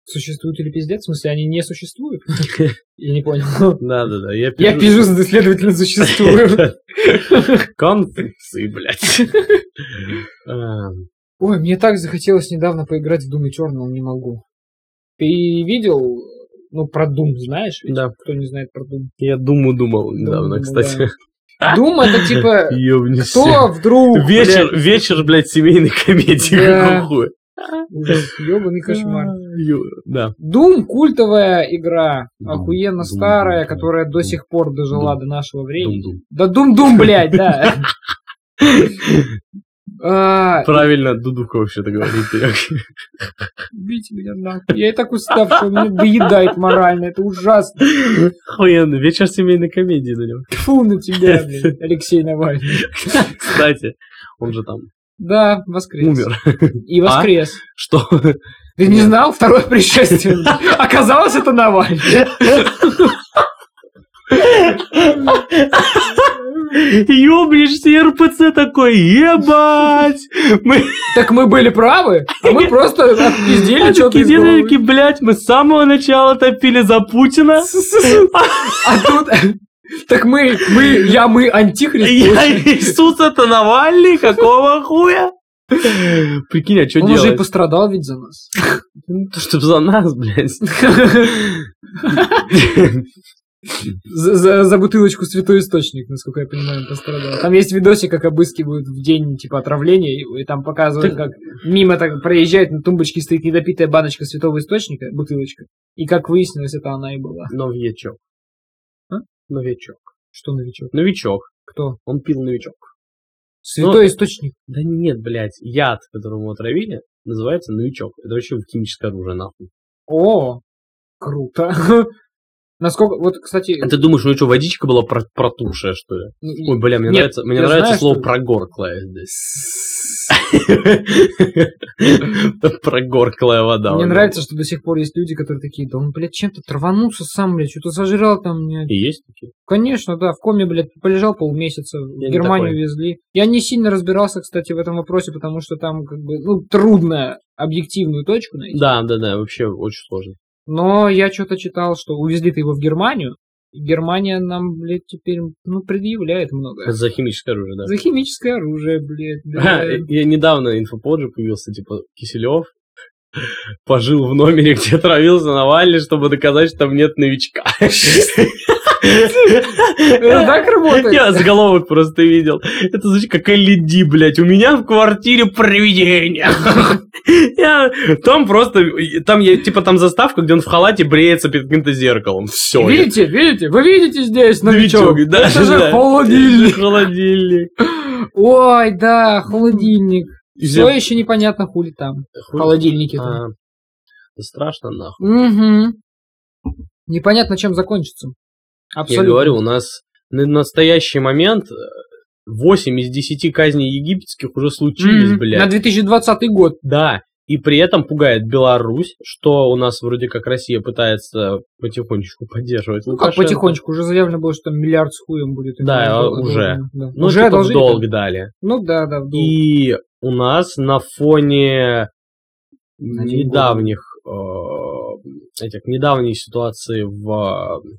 Существуют или пиздец? В смысле, они не существуют? Я не понял.
Да-да-да, я
Я пижу, следовательно, существую.
Конфусы, блядь. Эм,
Ой, мне так захотелось недавно поиграть в Doom Eternal, не могу. Ты видел Ну, про Doom знаешь ведь?
Да.
Кто не знает про Doom?
Я думу думал
Doom,
недавно,
ну
кстати.
Doom это типа...
Ёбнись.
Кто вдруг?
А? Вечер, вечер, блядь, семейной комедии.
Да.
какой. А,
Ёбаный кошмар.
Ё- Да.
Doom культовая игра,
Doom,
охуенно
Doom,
старая,
Doom,
которая до
Doom.
сих пор дожила
Doom.
до нашего времени.
Дум-дум.
Да Doom-Doom, блядь, да. А,
Правильно, дудука вообще-то говорит. Серёг.
Убейте меня нахуй. Я и так устав, что он меня доедает морально. Это ужасно.
Охуенно, вечер семейной комедии на нем.
Фу на тебя, блин, Алексей Навальный.
Кстати, он же там
Да, воскрес.
умер. А?
И воскрес.
Что?
Ты не знал второе пришествие? Оказалось, это Навальный.
Ёбнешься, РПЦ такой, ебать! Мы
Так мы были правы, а мы просто отпиздили что-то
такие
из головы.
дедовики, блядь, мы с самого начала топили за Путина.
А тут... Так мы, мы, я, мы, антихрист.
Я
получается.
Иисус это Навальный, какого хуя? Прикинь, а что
Он уже и
делать?
пострадал ведь за нас.
Ну, то, чтоб за нас, блядь.
За, за- за бутылочку святой источник, насколько я понимаю, он пострадал. Там есть видосик, как обыскивают в день типа отравления, и, и там показывают,
Так-
как мимо так проезжает, на тумбочке стоит недопитая баночка святого источника, бутылочка. И как выяснилось, это она и была.
Новичок.
А?
Новичок.
Что новичок? Ну,
Новичок.
Кто?
Он пил новичок.
Святой источник.
Да нет, блядь, яд, которому отравили, называется новичок. Это вообще химическое оружие, нахуй.
О, круто. Насколько, вот, кстати,
А ты думаешь, ну что, водичка была про- протухшая, что ли?
и-
Ой, бля, мне
Нет,
нравится, мне
я
нравится
знаю,
слово
что-
прогорклая здесь. Прогорклая вода.
мне
вот.
нравится, что до сих пор есть люди, которые такие, да он, блядь, чем-то траванулся сам, блядь, что-то сожрал там, блядь.
И есть такие?
Конечно, да, в коме, блядь, полежал полмесяца, в
Я не
Германию
такой.
везли. Я не сильно разбирался, кстати, в этом вопросе, потому что там, как бы, ну, трудно объективную точку найти.
Да, да, да, вообще очень сложно.
Но я что-то читал, что увезли-то его в Германию, и Германия нам, блядь, теперь, ну, предъявляет
Это
многое.
за химическое оружие, да.
За химическое оружие, блядь.
А,
да.
Я недавно инфопод же появился, типа, Киселев пожил в номере, где травился Навальный, чтобы доказать, что там нет новичка.
Ну, Это так работает?
Я заголовок просто видел. Это звучит как LED, блядь. У меня в квартире привидение. Я- Там просто... Там, я- типа, там заставка, где он в халате бреется перед каким-то зеркалом. Все.
Видите, видите, вы видите здесь новичок?
Новичок, да,
Это же
да.
холодильник.
Холодильник.
Ой, да, холодильник.
И
Все
все-
еще непонятно, хули там.
Хуй-
Холодильники там.
А, да Страшно, нахуй.
Угу. Непонятно, чем закончится. Абсолютно.
Я говорю, у нас на настоящий момент 8 из 10 казней египетских уже случились,
Мгм.
блядь.
На 2020 год.
Да, и при этом пугает Беларусь, что у нас вроде как Россия пытается потихонечку поддерживать
Ну как
Лукашенко.
потихонечку, уже заявлено было, что там миллиард с хуем будет. им
Да, а
долг-
уже.
должен, да.
Ну,
уже
типа в
должны.
долг дали.
Ну да, да, в долг.
И у нас на фоне
Надеюсь,
недавних э, этих недавней ситуации в э,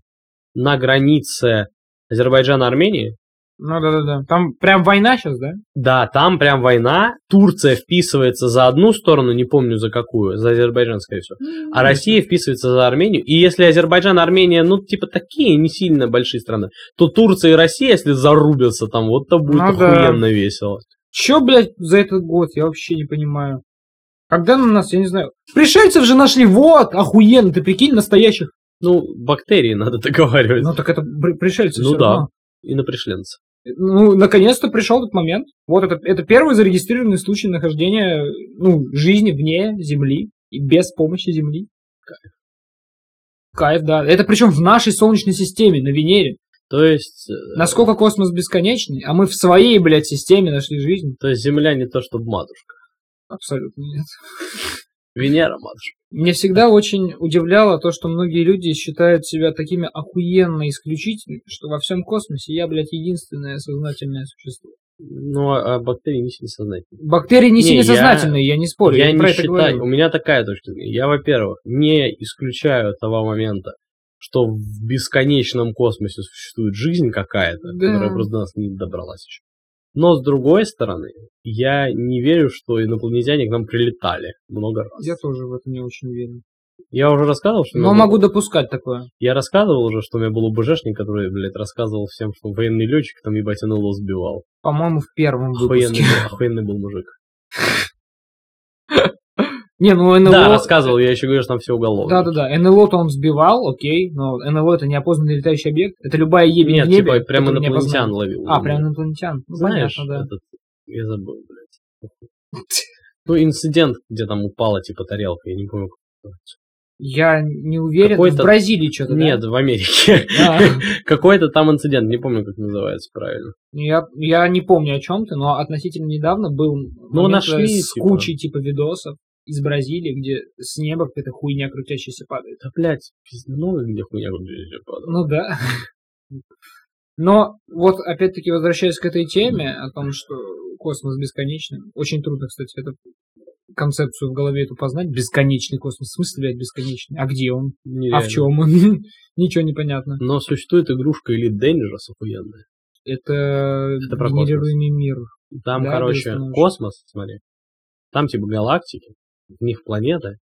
на границе Азербайджана и Армении
Ну да, да, да. Там прям война сейчас, да?
Да, там прям война. Турция вписывается за одну сторону, не помню за какую, за Азербайджан, скорее всего. А Россия вписывается за Армению. И если Азербайджан, Армения, ну, типа, такие не сильно большие страны, то Турция и Россия, если зарубятся там, вот то будет
Ну да.
охуенно весело.
Че, блядь, за этот год? Я вообще не понимаю. Когда на нас, я не знаю. Пришельцев же нашли, вот, охуенно, ты прикинь, настоящих.
Ну, бактерии надо договаривать.
Ну так это при- пришельцы.
Ну
всё
да.
равно.
И на пришленца.
Ну, наконец-то пришел этот момент. Вот это, это первый зарегистрированный случай нахождения ну, жизни вне Земли и без помощи Земли. Кайф. Кайф, да. Это причем в нашей Солнечной системе, на Венере.
То есть, э,
Насколько космос бесконечный, а мы в своей, блядь, системе нашли жизнь.
то есть Земля не то, что матушка.
Абсолютно нет.
Венера матушка.
Меня всегда очень удивляло то, что многие люди считают себя такими охуенно исключительными, что во всем космосе я, блядь, единственное сознательное существо.
Ну, а а бактерии не сильно сознательные.
Бактерии не,
Не,
сильно
я-
сознательные, я не спорю.
я
не
не
про это
считаю.
говорю.
У меня такая точка зрения. Я, во-первых, не исключаю того момента, что в бесконечном космосе существует жизнь какая-то,
Да.
которая просто до нас не добралась еще. Но с другой стороны, я не верю, что инопланетяне к нам прилетали много раз.
Я тоже в это не очень верю.
Я уже рассказывал, что... у меня
Но
был-
могу допускать такое.
Я рассказывал уже, что у меня был УБЖшник, который, блядь, рассказывал всем, что он военный летчик, там ебать НЛО сбивал.
По-моему, в первом
Охуенный,
выпуске.
был- охуенный был мужик.
Не, ну НЛО...
Да, рассказывал, я еще говорю, что там все уголовно.
Да-да-да, НЛО-то он сбивал, окей, но НЛО это неопознанный летающий объект, это любая ебень
Нет,
в небе.
типа, прям
которую
инопланетян
неопознанно.
ловил.
А, прям инопланетян. Ну,
Знаешь, э,
понятно, да.
этот... Я забыл, блядь. Ну, инцидент, где там упала, типа, тарелка, я не помню. как называется.
Я не уверен, в
Какой-то-
Бразилии что-то, да?
Нет, в Америке.
А,
Какой-то там инцидент, не помню, как называется правильно.
я, я не помню о чем ты, но относительно недавно был момент
Ну, нашли,
с
типа.
кучей типа видосов из Бразилии, где с неба какая-то хуйня крутящаяся падает.
Да, блядь, пиздануло, где хуйня выглядит.
Ну да. Но вот опять-таки возвращаясь к этой теме о том, что космос бесконечный, очень трудно, кстати, эту концепцию в голове эту познать. Бесконечный космос. В смысле, блядь, бесконечный? А где он? А в чем он? Ничего не понятно.
Но существует игрушка Elite Dangerous охуенная.
Это,
Это про космос.
генерируемый мир.
Там,
Да,
короче,
безусловно.
космос, смотри. Там типа галактики, в них планеты.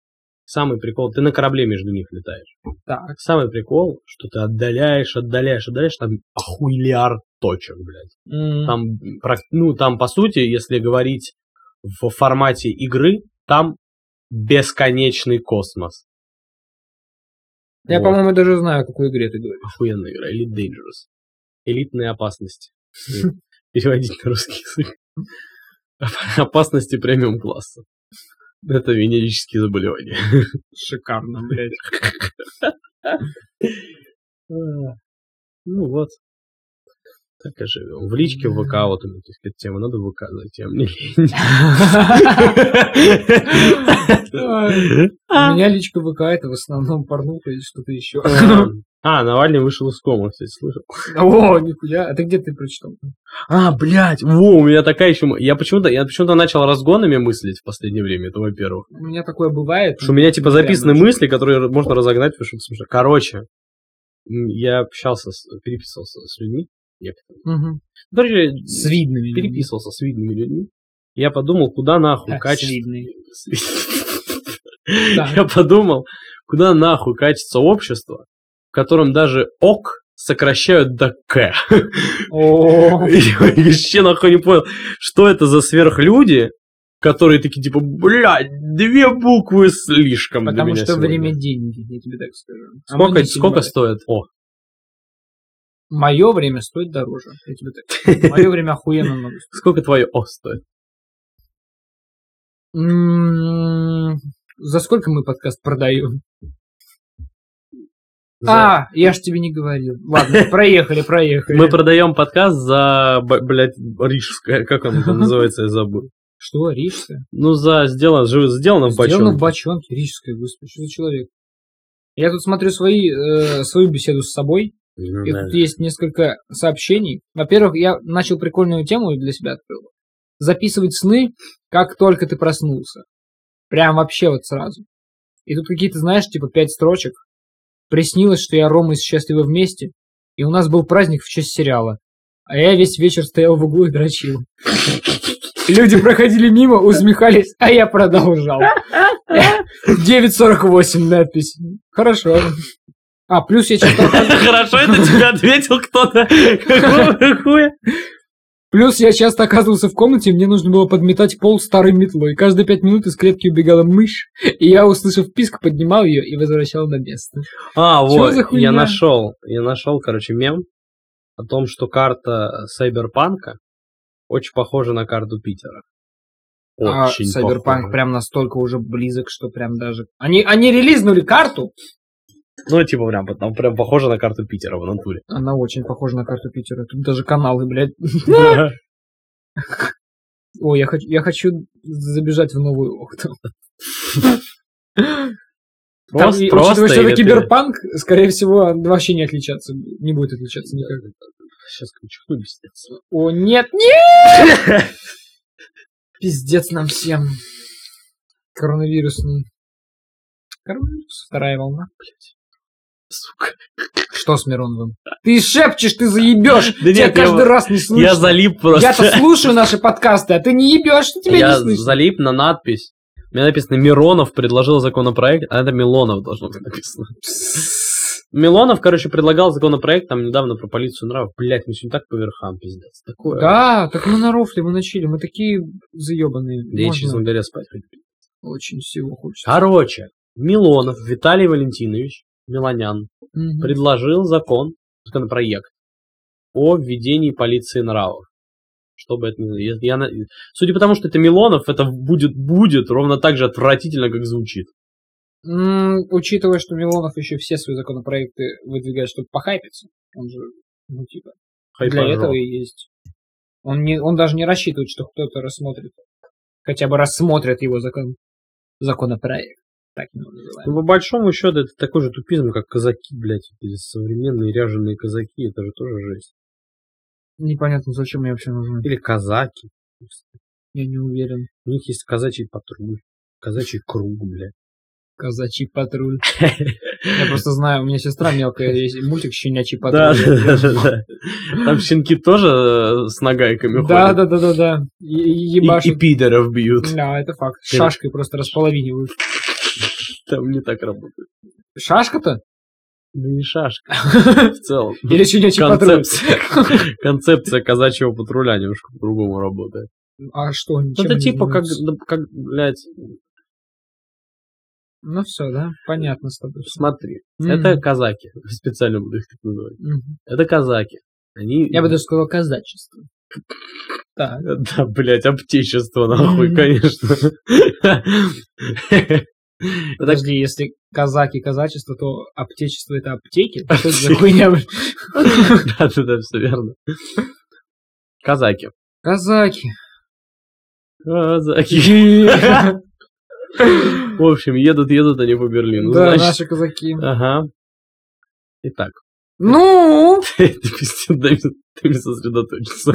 Самый прикол, ты на корабле между них летаешь.
Так.
Самый прикол, что ты отдаляешь, отдаляешь, отдаляешь, там охуелиард точек, блядь.
М,
Там, прак- ну, там, по сути, если говорить в формате игры, там бесконечный космос.
Я,
Вот.
по-моему, даже знаю, о какой игре ты говоришь.
Охуенная игра. Elite Dangerous. Элитная опасность. Если Переводить на русский язык. Опасности премиум класса. Это венерические заболевания.
Шикарно, блядь.
Ну вот. Так и живем. В личке в ВК вот у меня есть какая-то тема. Надо в ВК зайти. а мне лень.
У меня личка ВК это в основном порнуха или что-то еще.
А, Навальный вышел из комы, кстати, слышал?
О, нихуя. А ты где ты прочитал?
А, блядь, во, у меня такая еще... м- Я почему-то я почему-то начал разгонами мыслить в последнее время, это во-первых.
У меня такое бывает.
Потому что у меня, типа, записаны
Прям
мысли, которые р- можно разогнать, потому что это смешно. Короче, м, я общался, с- переписывался с людьми. некоторыми.
Мгм.
Короче,
С видными.
переписывался с видными людьми. Я подумал, куда нахуй
людьми. Да, А, с
качество...
видными. Так.
Я подумал, куда нахуй качется общество, в котором даже ок сокращают до к.
О,
Я вообще нахуй не понял, что это за сверхлюди, которые такие типа, блядь, две буквы слишком для
Потому
меня
что
сегодня».
время деньги, я тебе так скажу. А
Сколько, сколько стоит? О,
Мое время стоит дороже. Я тебе так скажу. Мое время охуенно много стоит.
сколько твое О стоит?
М, М-м-м. За сколько мы подкаст продаем?
За-
А, я ж тебе не говорил. Ладно, проехали, проехали.
Мы продаем подкаст за, б- блядь, рижское, как он это называется, я забыл.
Что, рижская?
Ну, за сделано, же сделано в
Сделано в
бочонке.
бочонке, рижская, господи, что за человек? Я тут смотрю свои, э, свою беседу с собой,
Ну
и тут есть несколько сообщений. Во-первых, я начал прикольную тему для себя открыл. Записывать сны, как только ты проснулся. Прям вообще вот сразу. И тут какие-то, знаешь, типа пять строчек. Приснилось, что я Рома из «Счастливы вместе», и у нас был праздник в честь сериала. А я весь вечер стоял в углу и дрочил. Люди проходили мимо, усмехались, а я продолжал. 9.48 надпись. Хорошо. А, плюс я читал...
Хорошо, это тебе ответил кто-то. Какого хуя?
Плюс я часто оказывался в комнате, и мне нужно было подметать пол старой метлой. Каждые пять минут из клетки убегала мышь, и я, услышав писк, поднимал ее и возвращал на место.
А,
Чё
вот,
за хуйня?
я нашел, я нашел, короче, мем о том, что карта э, Сайберпанка очень похожа на карту Питера.
А,
Очень похожа.
прям настолько уже близок, что прям даже... Они, они релизнули карту?
Ну, типа, прям, там прям похоже на карту Питера в натуре.
Она очень похожа на карту Питера. Тут даже каналы, блядь. О, я хочу, я хочу забежать в новую Охту. Там,
Просто-
и учитывая, что
или
это
ты-
киберпанк, скорее всего, вообще не отличаться, не будет отличаться никак.
Сейчас ключевую пиздец.
О, нет, Пиздец нам всем. Коронавирусный. Коронавирус. Вторая волна.
Сука.
Что с Мироновым? Ты шепчешь, ты заебешь.
Да
Тебя
нет, я
каждый
вот-
раз не слышно.
Я залип просто.
Я-то слушаю наши подкасты, а ты не ебешь, тебя
Я
не слышно.
залип на надпись У меня написано «Миронов предложил законопроект», а это «Милонов» должно быть написано. Милонов, короче, предлагал законопроект там недавно про полицию нравов. Блять, мы сегодня так по верхам, пиздец. Такое.
Да, так мы на рофле, мы начали, мы такие заебанные.
Да я, А?
Можно
честно говоря, спать хочу.
Очень всего хочется.
Короче, Милонов Виталий Валентинович Милонян
Мгм.
предложил закон, законопроект о введении полиции нравов. Что бы это ни я, я на- Судя по тому, что это Милонов, это будет, будет ровно так же отвратительно, как звучит.
М, Учитывая, что Милонов еще все свои законопроекты выдвигает, чтобы похайпиться, он же, ну, типа, для
Хайпажор.
этого и есть. Он, не, он даже не рассчитывает, что кто-то рассмотрит, хотя бы рассмотрит его закон, законопроект, так мы его называем.
Ну, по большому счету, это такой же тупизм, как казаки, блядь. Эти современные ряженые казаки, это же тоже жесть.
Непонятно, зачем мне вообще нужны.
Или казаки.
Я не уверен.
У них есть казачий патруль, казачий круг, блядь.
Казачий патруль. Я просто знаю, у меня сестра мелкая, есть мультик «Щенячий
Да,
патруль».
да, да, да. Там щенки тоже э, с нагайками
Да,
ходят.
да, да, да, да. Е-
И- И,
Ебашит.
пидоров бьют.
Да, это факт. Шашкой просто располовинивают.
Там не так работает.
Шашка-то?
Да не шашка. В целом.
Или щенячий патруль?
Концепция, концепция казачьего патруля немножко по-другому работает.
А что,
Ну,
ничем
это
не
типа как,
занимаются?
да, как, блядь,
Ну все, да? Понятно с тобой. всё.
смотри.
Мгм.
Это казаки. Специально буду их так называть.
Мгм.
Это казаки. Они...
Я бы даже сказал казачество. Так.
Да, блядь, аптечество, нахуй,
Мгм.
конечно.
Подожди, если казаки казачество, то аптечество это аптеки? Что это за
Аптеки.
хуйня? блин?
Да, да, да, все верно. Казаки.
Казаки.
Казаки. В общем, едут, едут они по Берлину.
Да,
значит.
наши казаки.
Ага. Итак,
Ну,
ты пиздец, дай мне- дай мне сосредоточиться.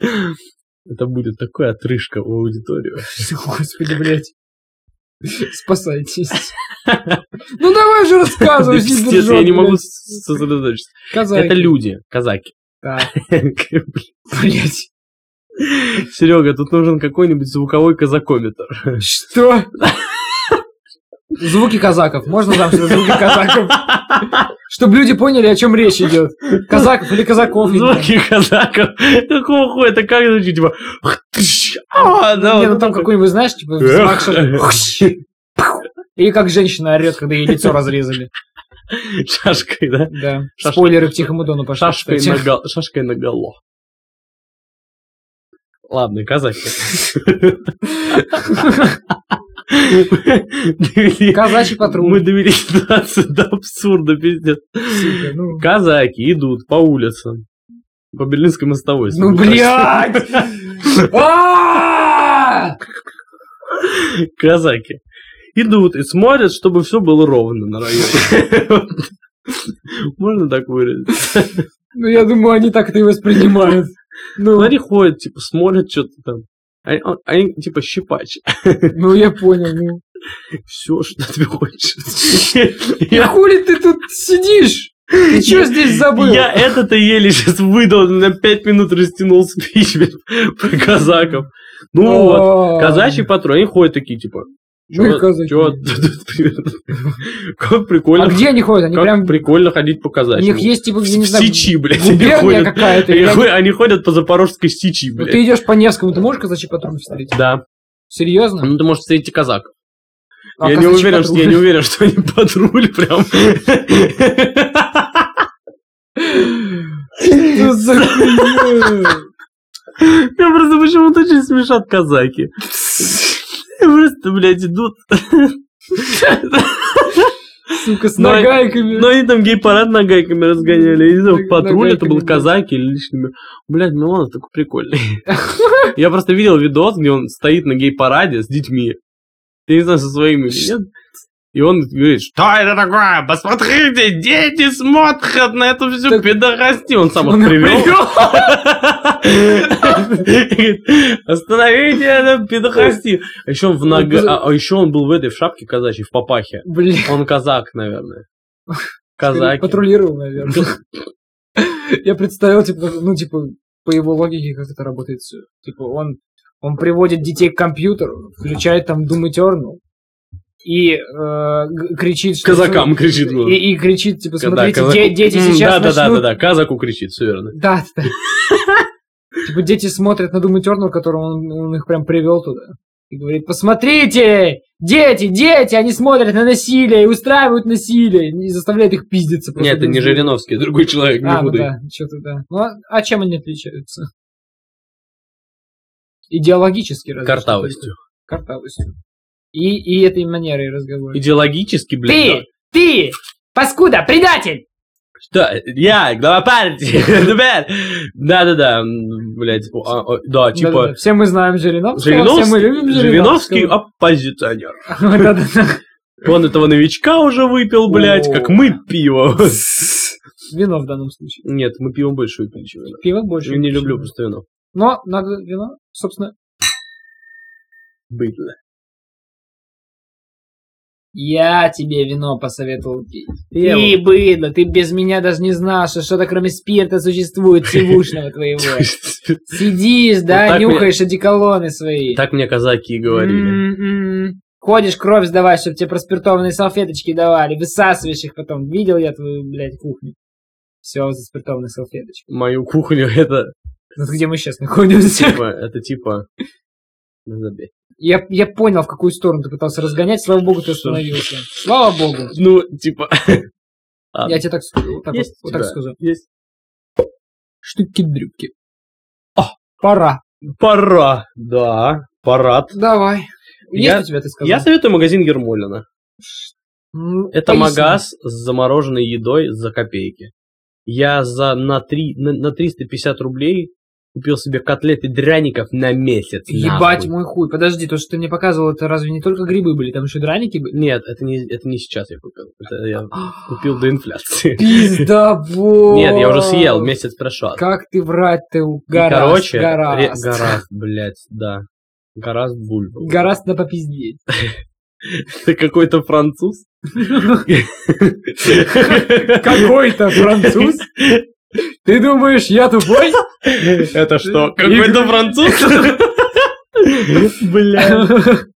Это будет такая отрыжка у аудитории.
господи, блядь. Спасайтесь. Ну давай же
Да,
рассказывай,
пиздец,
Сидержон,
я не могу
блядь.
с- сосредоточиться.
Казаки.
Это люди, казаки.
Да, блядь.
Серега, тут нужен какой-нибудь звуковой казакометр.
Что? Звуки казаков. Можно там что-то звуки казаков? Чтобы люди поняли, о чем речь идет. Казаков или казаков. не знаю.
Звуки казаков. Какого хуя? Это как звучит? Типа... А, да,
Не,
вот
ну там
это.
какой-нибудь, знаешь, типа, взмах шашки. Хщ. Пф. Или как женщина орет, когда ей лицо разрезали.
Шашкой, да?
Да.
Шашкой.
Спойлеры к Тихому Дону пошли.
Шашкой
кстати.
наголо. Шашкой наголо. Ладно, казаки. Довели-
Казачий патруль.
Мы довели ситуацию до абсурда, пиздец.
Сука, ну.
Казаки идут по улицам. По Берлинской мостовой. если
Ну,
не кажется.
блядь! А!
казаки идут и смотрят, чтобы все было ровно на районе. Можно так выразить?
Ну, я думаю, они так это и воспринимают.
Ну, они ходят, типа, смотрят что-то там. Они, он- они, типа, щипач.
Ну, я понял, ну.
Все, что ты хочешь.
И
Я,
хули ты тут сидишь? Ты чё здесь забыл?
я это-то еле сейчас выдал, на пять минут растянул спич блин, про казаков. Ну вот,
О,
казачий патруль, они ходят такие, типа,
ну и казаки.
чё тут примерно? Как прикольно,
А где они ходят? Они
как
прям...
прикольно ходить по
У
казачьему.
них есть, типа, я не
В
знаю,
Сичи, блядь, они
губерния
ходят.
какая-то.
Они
или они-
хо- Они ходят по запорожской Сичи,
Вот Ты
блядь.
идешь по Невскому, ты можешь казачий патруль встретить?
Да.
Серьезно?
Ну ты можешь встретить и казаков.
А
я, не
казачий
уверен, что, я
патруль?
не уверен, что они патруль прям.
Что за хуйня?
Меня просто почему-то очень смешат казаки. Просто, блядь, идут.
Сука, с
Ну, они-
нагайками.
Но они там гей-парад нагайками разгоняли. Я не знаю,
Наг-
в патруль это был
нагайками, да.
казаки или лишними. Блядь, Милонов такой прикольный. Я просто видел видос, где он стоит на гей-параде с детьми. Я не знаю, со своими или нет. И он говорит, что это такое? Посмотрите, дети смотрят на эту всю
Так-
пидорасти. Он сам
Он
их
их
привел. Остановите эту пидорасти. А еще он в нога... а- а еще он был в этой в шапке казачьей, в папахе.
Блин.
Он казак, наверное. Казаки.
Патрулировал, наверное. Я представил, типа, ну, типа, по его логике, как это работает все. Типа, он Он приводит детей к компьютеру, включает там Doom Eternal и э, г- кричит... что-
Казакам кричит. вот.
И, и кричит, типа,
Да,
смотрите,
казаку.
де- дети
М,
сейчас
Да, да, да,
начнут-
да, да, казаку кричит, все верно.
Да, да. Типа дети смотрят на Doom Eternal, которого он, он их прям привел туда. И говорит, посмотрите, дети, дети, они смотрят на насилие и устраивают насилие. И заставляет их пиздиться. просто
Нет, это
друг
не
с другом.
Жириновский, другой человек, не
А, ну
буду.
да, что-то да. Ну, а, а чем они отличаются? Идеологически разве что
Картавостью.
только. Картавостью. И, и этой манерой разговора.
Идеологически, блядь.
Ты! Ты! Паскуда! Предатель!
Да, я, глава партии, ребят. Да-да-да, м, блядь, о, а, о, да,
Да-да-да,
типа,
Все мы знаем Жириновского, все Ну, мы любим
Жириновский, Жириновский А
Жириновского.
оппозиционер.
Да-да-да.
Он этого новичка уже выпил, блядь, как мы пиво.
Вино в данном случае.
Нет, мы пиво больше выпили, чем вино.
Пиво больше.
Я не
чем
люблю
вино.
просто вино.
Но надо вино, собственно.
Быдло.
Я тебе вино посоветовал пить.
Я
Ты быдло, ты без меня даже не знал, что что-то кроме спирта существует сивушного твоего. Сидишь,
Вот
да,
так
нюхаешь одеколоны свои.
Так мне казаки и говорили.
М-м-м. Ходишь, кровь сдавай, чтобы тебе проспиртованные салфеточки давали, высасываешь их потом. Видел я твою, блядь, кухню. Все за спиртованные салфеточки.
Мою кухню это
Вот где мы сейчас находимся.
типа, это типа... ну, забей.
Я, я понял, в какую сторону ты пытался разгонять. Слава богу, ты
Что?
остановился. Слава богу.
Ну, типа... А,
Я тебе так скажу. Вот так, вот,
есть
вот
у тебя?
так скажу.
Есть.
Штуки-дрюки. Пора.
Пора. Да, парад.
Давай.
Я-
Есть у тебя, ты сказал?
Я советую магазин Ермолина.
М,
Это
поясни.
магаз с замороженной едой за копейки. Я за на, три, на, на 350 рублей купил себе котлеты дряников на месяц.
Ебать
нахуй.
мой хуй. Подожди, то, что ты мне показывал, это разве не только грибы были? Там еще драники были?
Нет, это не, это не сейчас я купил. Это я купил до инфляции.
Пиздобол.
Нет, я уже съел, месяц прошел.
Как ты врать ты
И,
Гораст,
Ну, короче, ре-
гораст.
гораст, блядь, да. Гораст бульба.
Гораст на попиздеть.
Ты какой-то француз?
Какой-то француз? Ты думаешь, я тупой?
Это что, какой-то француз? Блядь.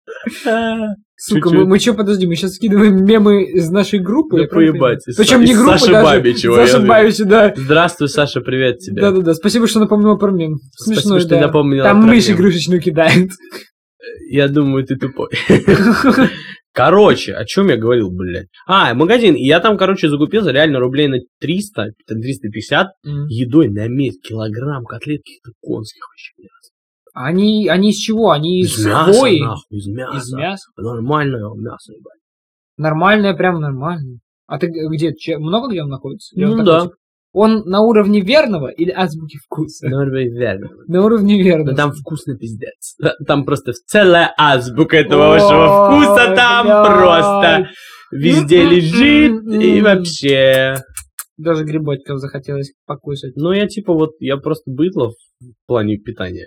Сука,
Чуть-чуть.
мы, что, подожди, мы сейчас скидываем мемы из нашей группы.
Да
я правильно
поебать,
понимаю?
из
Причем
Са-
не
из
группы
Саши
даже.
Бабичева, я
Саша
думаю.
Бабича, да.
Здравствуй, Саша, привет тебе.
Да-да-да, спасибо, что напомнила про мем.
Спасибо,
Смешно,
что ты
да.
напомнила
Там
про
мышь
мем.
игрушечную кидает.
Я думаю, ты тупой. Короче, о чем я говорил, блядь? А, магазин. И я там, короче, закупил за реально рублей на 300, 350 едой на месяц. Килограмм котлет каких-то конских вообще.
Они, они из чего? Они из
мяса,
хвои?
нахуй, из мяса.
Из мяса?
Нормальное мясо, ебать.
Нормальное, прям нормальное. А ты г- где? Че- Много где он находится? Или он
Ну
такой,
да,
типа, Он на уровне верного или азбуки вкуса?
нормально, верно.
На уровне
Но
верного.
там вкусно пиздец. Там просто целая азбука этого
Ой,
вашего вкуса. Там
блядь.
просто везде
М-м-м-м.
лежит и вообще...
Даже грибочков захотелось покушать.
Но я типа вот, я просто быдло в плане питания.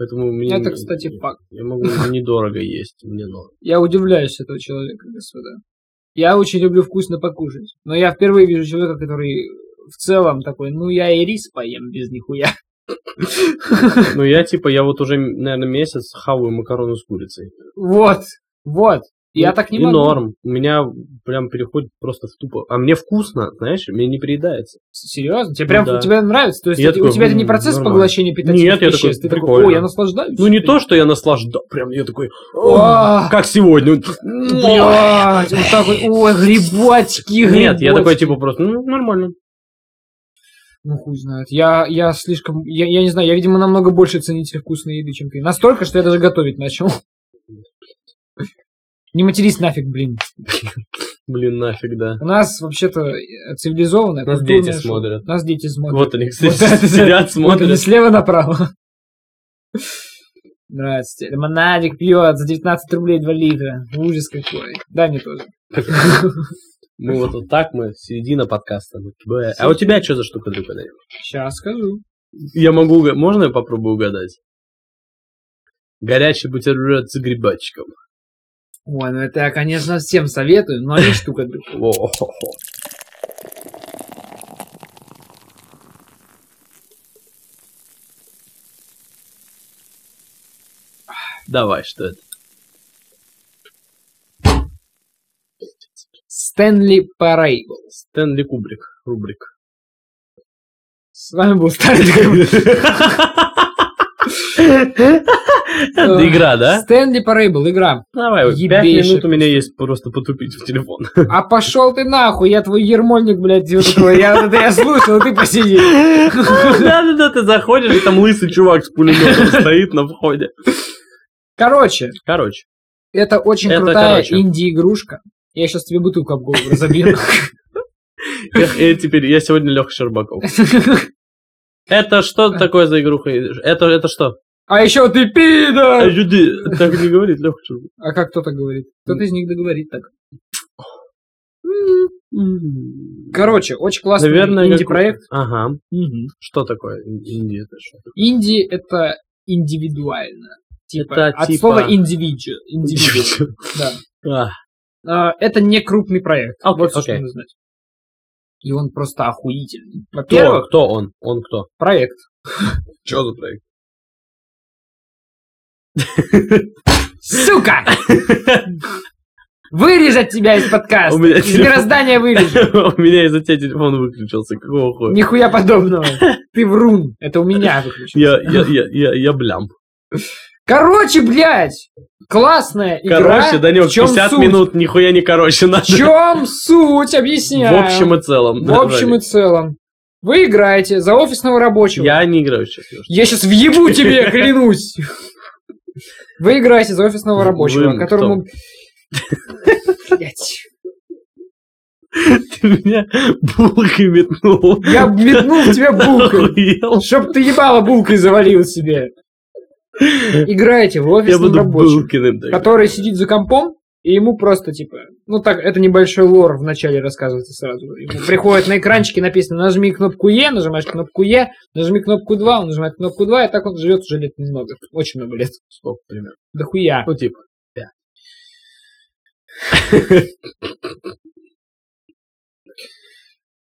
Поэтому мне...
Это,
не-
кстати, факт.
Я могу недорого есть, мне норм.
Я удивляюсь этого человека, господа. Я очень люблю вкусно покушать. Но я впервые вижу человека, который в целом такой, ну я и рис поем без нихуя.
Ну я типа, я вот уже, наверное, месяц хаваю макароны с курицей.
Вот, вот. Я
И-
так не
И
могу.
Ну, норм. У меня прям переходит просто в тупо. А мне вкусно, знаешь, мне не приедается.
Серьезно? Тебе
Ну
прям
да.
тебе нравится? То есть
Я
это- у
такой,
тебя это не
«М,
процесс
нормально».
поглощения питательных
Нет, я такой,
веществ? Ты такой,
«Прикольно».
О, я наслаждаюсь.
Ну не то, что я наслаждаюсь, прям я такой,
О,
как сегодня.
Блядь, вот так вот, ой, грибочки,
Нет, я
грибочки».
такой типа просто, ну нормально.
Ну, хуй знает. Я, я слишком... Я, я не знаю, я, видимо, намного больше ценитель вкусной еды, чем ты. Настолько, что я даже готовить начал. Не матерись нафиг, блин.
Блин, нафиг, да.
У нас, вообще-то, э, цивилизованная...
Нас
культурная
дети
шо-
смотрят.
Нас дети смотрят.
Вот они, кстати,
Вот это-
сидят,
Вот они
смотрят.
слева направо. Здравствуйте. Лимонадик пьет за 19 рублей 2 литра. Ужас какой. Дай мне тоже.
Мы Ну, вот, вот так, мы середина подкаста. Бэ. А у тебя что за штука ты подарил?
Сейчас скажу.
Я могу угадать. Можно я попробую угадать? Горячий бутерброд с грибачком.
Ой, ну это я, конечно, всем советую, но не штука друг.
Во-хо-хо. Давай, что это?
Стэнли Парейбл.
Стэнли Кубрик. Рубрик.
С вами был Стэнли
Это игра, да?
Стэнли Парейбл, игра.
Давай, вот пять
Ебейший
минут у меня есть просто потупить в телефон.
А пошел ты нахуй, я твой ермольник, блядь, вот этого, я вот это я слушал, а ты посиди.
Да-да-да, ты заходишь, и там лысый чувак с пулеметом стоит на входе.
Короче,
Короче,
это очень
Это
крутая
короче.
инди-игрушка. Я сейчас тебе бутылку об голову разобью.
я, я теперь, я сегодня Леха Щербаков. Это что
Э.
такое за игруха? Это, это что?
А еще ты
А,
пидор!
люди, так не говорит Леха Щербаков.
А как кто-то говорит? Кто-то из них договорит так. Короче, очень классный
Наверное, как-
инди-проект.
Ага.
Мгм.
Что такое ин- инди? Это что?
Инди — это индивидуально. Типа,
Это
от
типа-
слова индивиду. Индивиду. Да.
А,
А, Это не крупный проект.
Окей,
вот всё, что
окей.
нужно знать. И он просто охуительный.
Кто,
Во-первых,
кто он? Он кто?
проект.
Что за проект?
Сука! Вырежать тебя из подкаста.
У меня
Из
телефон-
мироздания вырежу.
У меня из-за тебя телефон выключился. Какого хуя?
Нихуя подобного. Ты врун. Это у меня выключил.
Я, я, я, я, я блям.
Короче, блядь! Классная игра.
Короче, Данил,
В чём
50
суть?
минут нихуя не короче
В
надо.
чем суть? Объясняю.
В общем и целом.
В общем и
назвали.
целом. Вы играете за офисного рабочего.
Я не играю сейчас.
Я сейчас въебу тебе, клянусь. Вы играете за офисного
Вы-
рабочего,
вы
которому... Блядь.
Ты меня булкой метнул.
Я метнул в тебя булкой.
Охуел.
Чтоб ты ебало булкой завалил себе. Играете в
Я
офисном
буду
рабочем,
булкиным. так.
который сидит за компом, и ему просто, типа, ну так, это небольшой лор вначале рассказывается сразу. Ему приходит на экранчике написано, нажми кнопку Е, нажимаешь кнопку Е, нажми кнопку 2, он нажимает кнопку 2, и так он живет уже лет немного, очень много лет.
Сколько примерно?
Да хуя.
Ну, типа. пять.
А,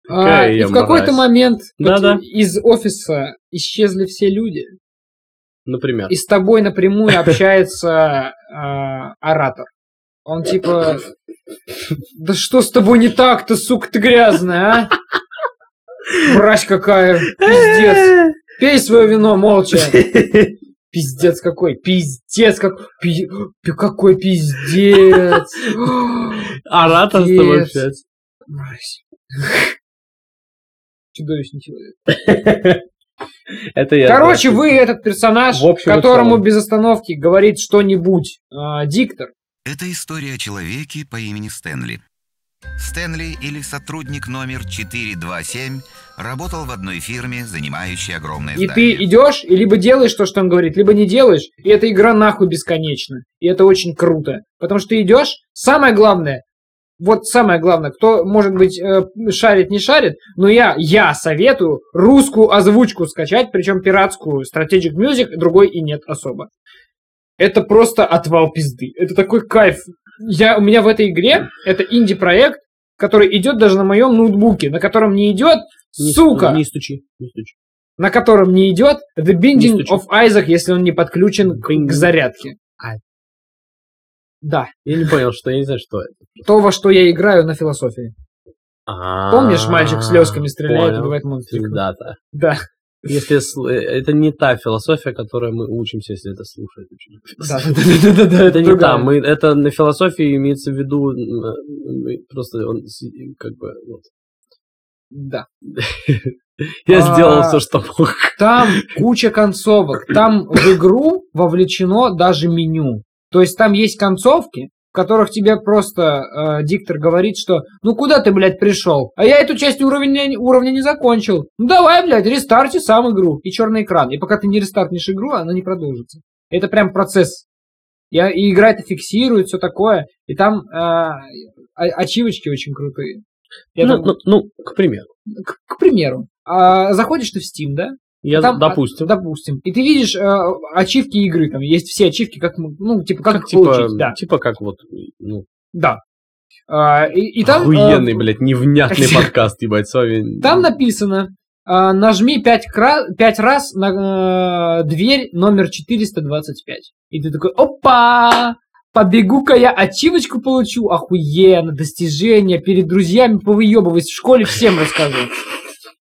Какая
и
я
в какой-то
мразь.
момент
Да-да.
вот из офиса исчезли все люди,
Например.
и с тобой напрямую общается а, оратор. Он типа, да что с тобой не так-то, сука, ты грязная, а? Мразь какая, пиздец. Пей свое вино молча. Пиздец какой, пиздец как, пи- пи- какой пиздец.
Оратор с тобой
Пиздец.
общается.
Мразь. Чудовищный человек.
Это я.
Короче, вы этот персонаж,
В общем и
которому
целом.
без остановки говорит что-нибудь а, диктор.
Это история о человеке по имени Стэнли. Стэнли или сотрудник номер 427 работал в одной фирме, занимающей огромное
И ты
здание.
идешь, и либо делаешь то, что он говорит, либо не делаешь. И эта игра нахуй бесконечна. И это очень круто. Потому что ты идешь, самое главное, вот самое главное, кто, может быть, э, шарит, не шарит, но я, я советую русскую озвучку скачать, причем пиратскую, Strategic Music, другой и нет особо. Это просто отвал пизды. Это такой кайф. Я, у меня в этой игре, это инди-проект, который идет даже на моем ноутбуке, на котором не идет,
Не-
сука,
Не стучи, не стучи.
на котором не идет The Binding
Не стучит.
of Isaac, если он не подключен к, к
Binding.
зарядке.
А.
Да,
Я не понял, что я не знаю, что это.
то, во что я играю на философии. Помнишь, мальчик с лёзками стреляет и
А, Понял.
убивает монстриков?
Всегда-то.
Да,
Если сл- э, это не та философия, которой мы учимся, если это слушать.
да, да, да, да, да, да,
Это не
другая.
та. Мы это на философии имеется в виду м, э, м, просто он си- как бы вот.
Да.
Я
А.
сделал все, что мог.
Там куча концовок. Там в игру вовлечено даже меню. То есть там есть концовки, в которых тебе просто э, диктор говорит, что ну куда ты, блядь, пришел? А я эту часть уровня, уровня не закончил. Ну давай, блядь, рестарти сам игру. И черный экран. И пока ты не рестартнешь игру, она не продолжится. Это прям процесс. Я, и игра это фиксирует, все такое. И там э, а- ачивочки очень крутые. Я
Ну,
там-
ну, ну, к примеру.
к, к примеру, а, заходишь ты в Steam, да?
Я,
Там,
допустим,
а, допустим. И ты видишь э, ачивки игры, там есть все ачивки, как, м- ну, типа, как, их
типа,
получить, да.
типа как вот, ну,
Да. А, и, и там, э,
охуенный, блядь, невнятный подкаст, ебать, с вами.
там написано, а, а, нажми 5, раз на э, дверь номер 425. И ты такой, опа! Побегу-ка я ачивочку получу, охуенно, достижение, перед друзьями повыебываюсь, в школе всем расскажу.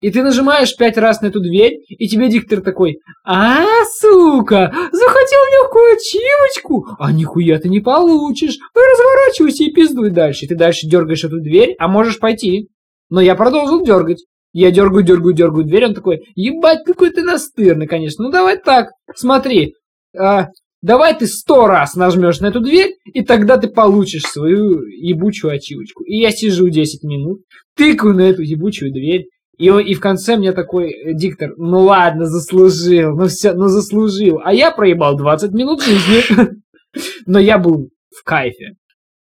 И ты нажимаешь пять раз на эту дверь, и тебе диктор такой, а, сука, захотел легкую ачивочку, а нихуя ты не получишь, Ну, разворачивайся и пиздуй дальше. И ты дальше дергаешь эту дверь, а можешь пойти. Но я продолжил дергать. Я дергаю, дергаю, дергаю дверь, он такой, ебать, какой ты настырный, конечно. Ну давай так, смотри, а, давай ты сто раз нажмешь на эту дверь, и тогда ты получишь свою ебучую ачивочку. И я сижу 10 минут, тыкаю на эту ебучую дверь, и, он- и в конце мне такой э, диктор, ну ладно, заслужил, ну все, ну заслужил. А я проебал 20 минут жизни. Но я был в кайфе.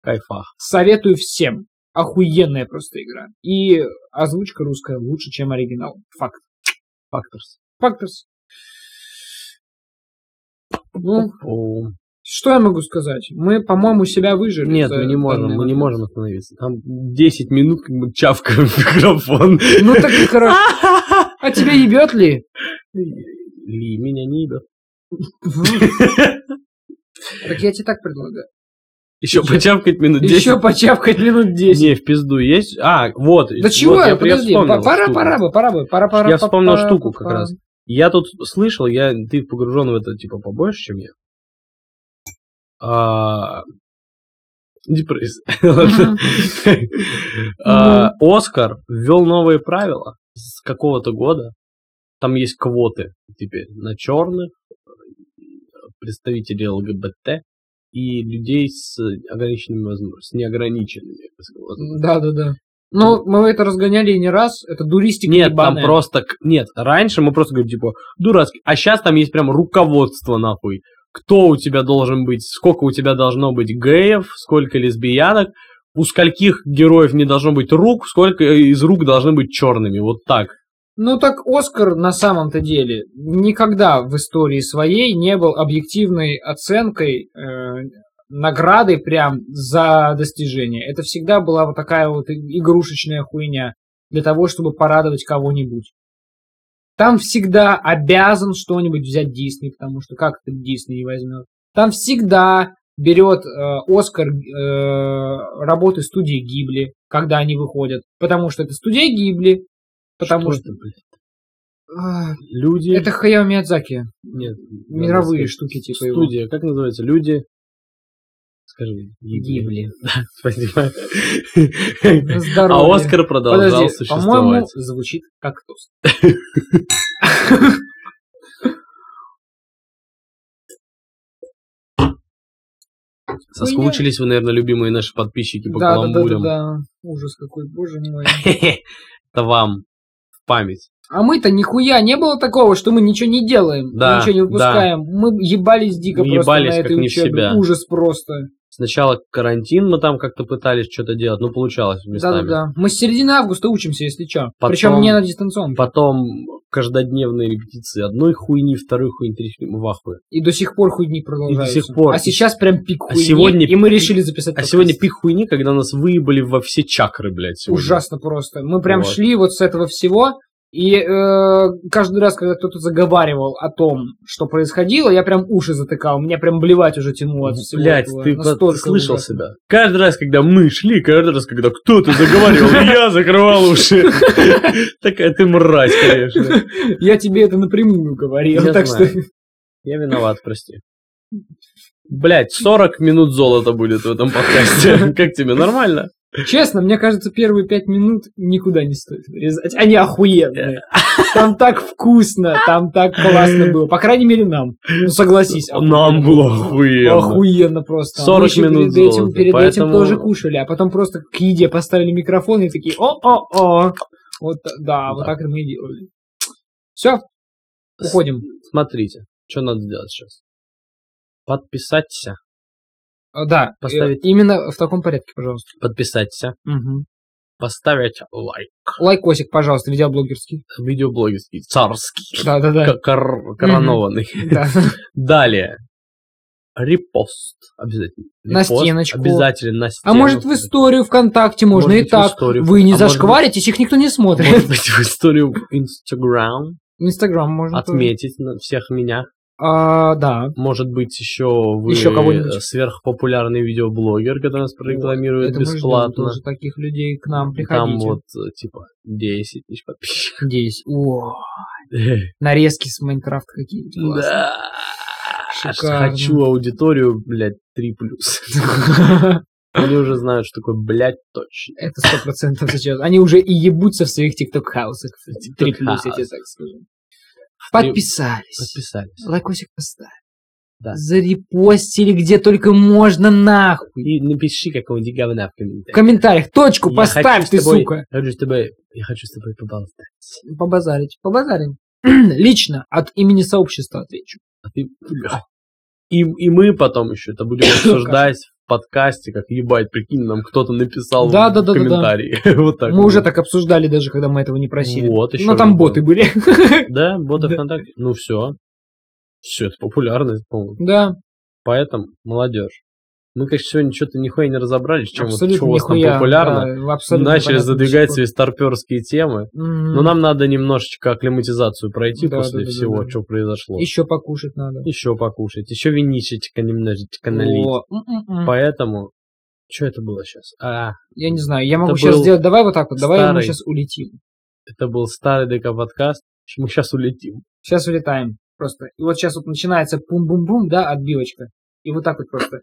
Кайфах.
Советую всем. Охуенная просто игра. И озвучка русская лучше, чем оригинал. Факт.
Факторс.
Факторс. Ну,
О.
что я могу сказать? Мы, по-моему, себя выжили.
Нет,
за
мы не можем,
данный
мы не
момент.
можем остановиться. Там 10 минут как бы чавкаем в микрофон.
Ну так и хорошо. А тебя ебет ли?
Ли, меня не ебет.
Так я тебе так предлагаю.
Еще почавкать минут 10.
Еще почавкать минут 10.
Не, в пизду есть. А, вот.
Да
вот
чего?
я- я
Подожди,
вспомнил
пора, пора,
штуку.
пора бы, пора бы, пора, пора.
Я
пора,
вспомнил
пора,
штуку как
пора.
раз. Я тут слышал, я, ты погружен в это типа побольше, чем я. А, Депрессия. Ладно. А, Оскар ввел новые правила с какого-то года. Там есть квоты теперь на черных, э, представителей ЛГБТ и людей с ограниченными возможностями, с неограниченными возможностями.
Да, да, да. Ну, мы это разгоняли и не раз, это дуристика
Нет, там
Типа, ебаная.
просто... к- Нет, раньше мы просто говорили, типа, дурацкий. А сейчас там есть прям руководство, нахуй. Кто у тебя должен быть, сколько у тебя должно быть геев, сколько лесбиянок, у скольких героев не должно быть рук, сколько из рук должны быть черными. Вот так.
Ну так Оскар на самом-то деле никогда в истории своей не был объективной оценкой э, награды прям за достижение. Это всегда была вот такая вот и- игрушечная хуйня для того, чтобы порадовать кого-нибудь. Там всегда обязан что-нибудь взять Дисней, потому что как это Дисней не возьмет. Там всегда берет э, Оскар э, работы студии Гибли, когда они выходят, потому что это студия Гибли, потому что
это, блядь?
а,
Люди...
это Хаяо Миядзаки.
Нет,
Мировые
надо сказать,
штуки типа его.
Студия, как называется? Люди... Скажи.
Гибли.
Спасибо.
Здоровье.
А Оскар продолжал
Подожди, по-моему,
существовать.
звучит как тост.
Соскучились вы, наверное, любимые наши подписчики по
Да, да, да, да,
каламбурям.
да. Ужас какой, боже мой.
Это вам в память.
А мы-то нихуя не было такого, что мы ничего не делаем,
Да,
ничего не выпускаем. Мы ебались дико
Мы
просто
ебались
на
как
этой
не в
учебе.
себя.
Ужас просто.
Сначала карантин мы там как-то пытались что-то делать, но получалось местами.
Да-да-да. Мы с середины августа учимся, если что.
Потом-
Причем не на дистанционке.
Потом каждодневные репетиции одной хуйни, второй хуйни, третьей хуйни. Мы в ахуе.
И до сих пор хуйни продолжаются.
сих пор.
А сейчас прям пик
А
хуйни.
сегодня
И мы
пик-
решили записать
А
подкаст.
сегодня пик хуйни, когда нас выебали во все чакры, блядь. сегодня.
Ужасно просто. Мы прям
Вот.
шли вот с этого всего, и э, каждый раз, когда кто-то заговаривал о том, что происходило, я прям уши затыкал, меня прям блевать уже тянуло от всего
Блядь,
этого.
ты,
Настолько
ты слышал
ужасно.
себя? Каждый раз, когда мы шли, каждый раз, когда кто-то заговаривал, я закрывал уши. Такая ты мразь, конечно.
Я тебе это напрямую говорил,
Я
так
знаю.
что...
Я виноват, прости. Блять, 40 минут золота будет в этом подкасте. Как тебе, нормально?
Честно, мне кажется, первые пять минут никуда не стоит вырезать. Они охуенные.
Э.
Там так вкусно, там так классно было. По крайней мере, нам. Ну, согласись.
Нам было охуенно.
Охуенно просто. А
40
Мы еще
минут
перед этим,
золота,
перед
поэтому-
этим тоже кушали, а потом просто к еде поставили микрофон и такие о-о-о. Вот, та- да, вот
Да.
так мы и делали. Все, уходим.
Смотрите, что надо сделать сейчас. Подписаться.
А, Да,
Поставить-
э, именно в таком порядке, пожалуйста.
Подписаться.
Мгм.
Поставить лайк.
Лайкосик, пожалуйста, видеоблогерский.
Видеоблогерский. Царский.
Да, А да, да.
Кор- коронованный.
Да.
Далее. Репост. Обязательно.
На
Репост
стеночку.
Обязательно на
А
стену.
может в историю ВКонтакте можно
Может
и
быть, в
так.
историю.
Вы не
А может
зашкваритесь, их никто не смотрит.
Может быть, в историю в Инстаграм
Инстаграм можно. тоже.
отметить на всех меня.
А, да.
Может быть, еще вы э,
Еще кого-нибудь.
сверхпопулярный видеоблогер, который нас прорекламирует
Это мы ждем
бесплатно.
тоже таких людей к нам
Там
приходите.
вот, э, типа, 10 тысяч подписчиков.
Здесь. О, нарезки с Майнкрафта какие-то. классные.
Да. Аж
Шикарно.
Хочу аудиторию, блядь, 3 плюс. Они уже знают, что такое, блядь, точно.
Это сто процентов сейчас. Они уже и ебутся в своих тикток-хаусах. Три плюс, я тебе так скажу. Подписались.
Подписались.
Лайкосик поставили.
Да.
Зарепостили где только можно нахуй.
И напиши какого-нибудь говна в
В
комментариях.
комментариях точку
Я
поставь
хочу с
ты,
тобой-
сука.
Я хочу с тобой, я хочу с тобой поболтать.
Побазарить. Побазарим. Лично от имени сообщества отвечу.
А ты, бля. И, и мы потом еще это будем обсуждать в подкасте, как ебать, прикинь, нам кто-то написал
Да,
в
да, да, да, да.
комментарии. Вот так.
Мы
вот.
уже так обсуждали даже, когда мы этого не просили.
Вот еще.
Но там боты были.
Да, боты
Да.
ВКонтакте. Ну все. Все, это популярность, по-моему.
Да,
Поэтому молодежь. Мы, конечно, сегодня что-то нихуя не разобрались, чем вот,
абсолютно
что у вас там
нихуя,
популярно.
да, абсолютно М-м.
Начали
понятно,
задвигать Ну,
что-
свои старперские темы.
М,
Но нам надо немножечко акклиматизацию пройти
Да,
после
да, да,
всего,
да, да.
что произошло.
Еще покушать надо.
Еще покушать, еще виничечка немножечко налить.
О, м-м-м.
Поэтому, что это было сейчас? А,
Я не знаю, я могу
Это
сейчас
был
сделать. Давай вот так вот, давай мы
старый.
сейчас улетим.
это был старый ДК подкаст. Мы сейчас улетим.
Сейчас улетаем. Просто. И вот сейчас вот начинается пум-бум-бум, да, отбивочка. И вот так вот просто.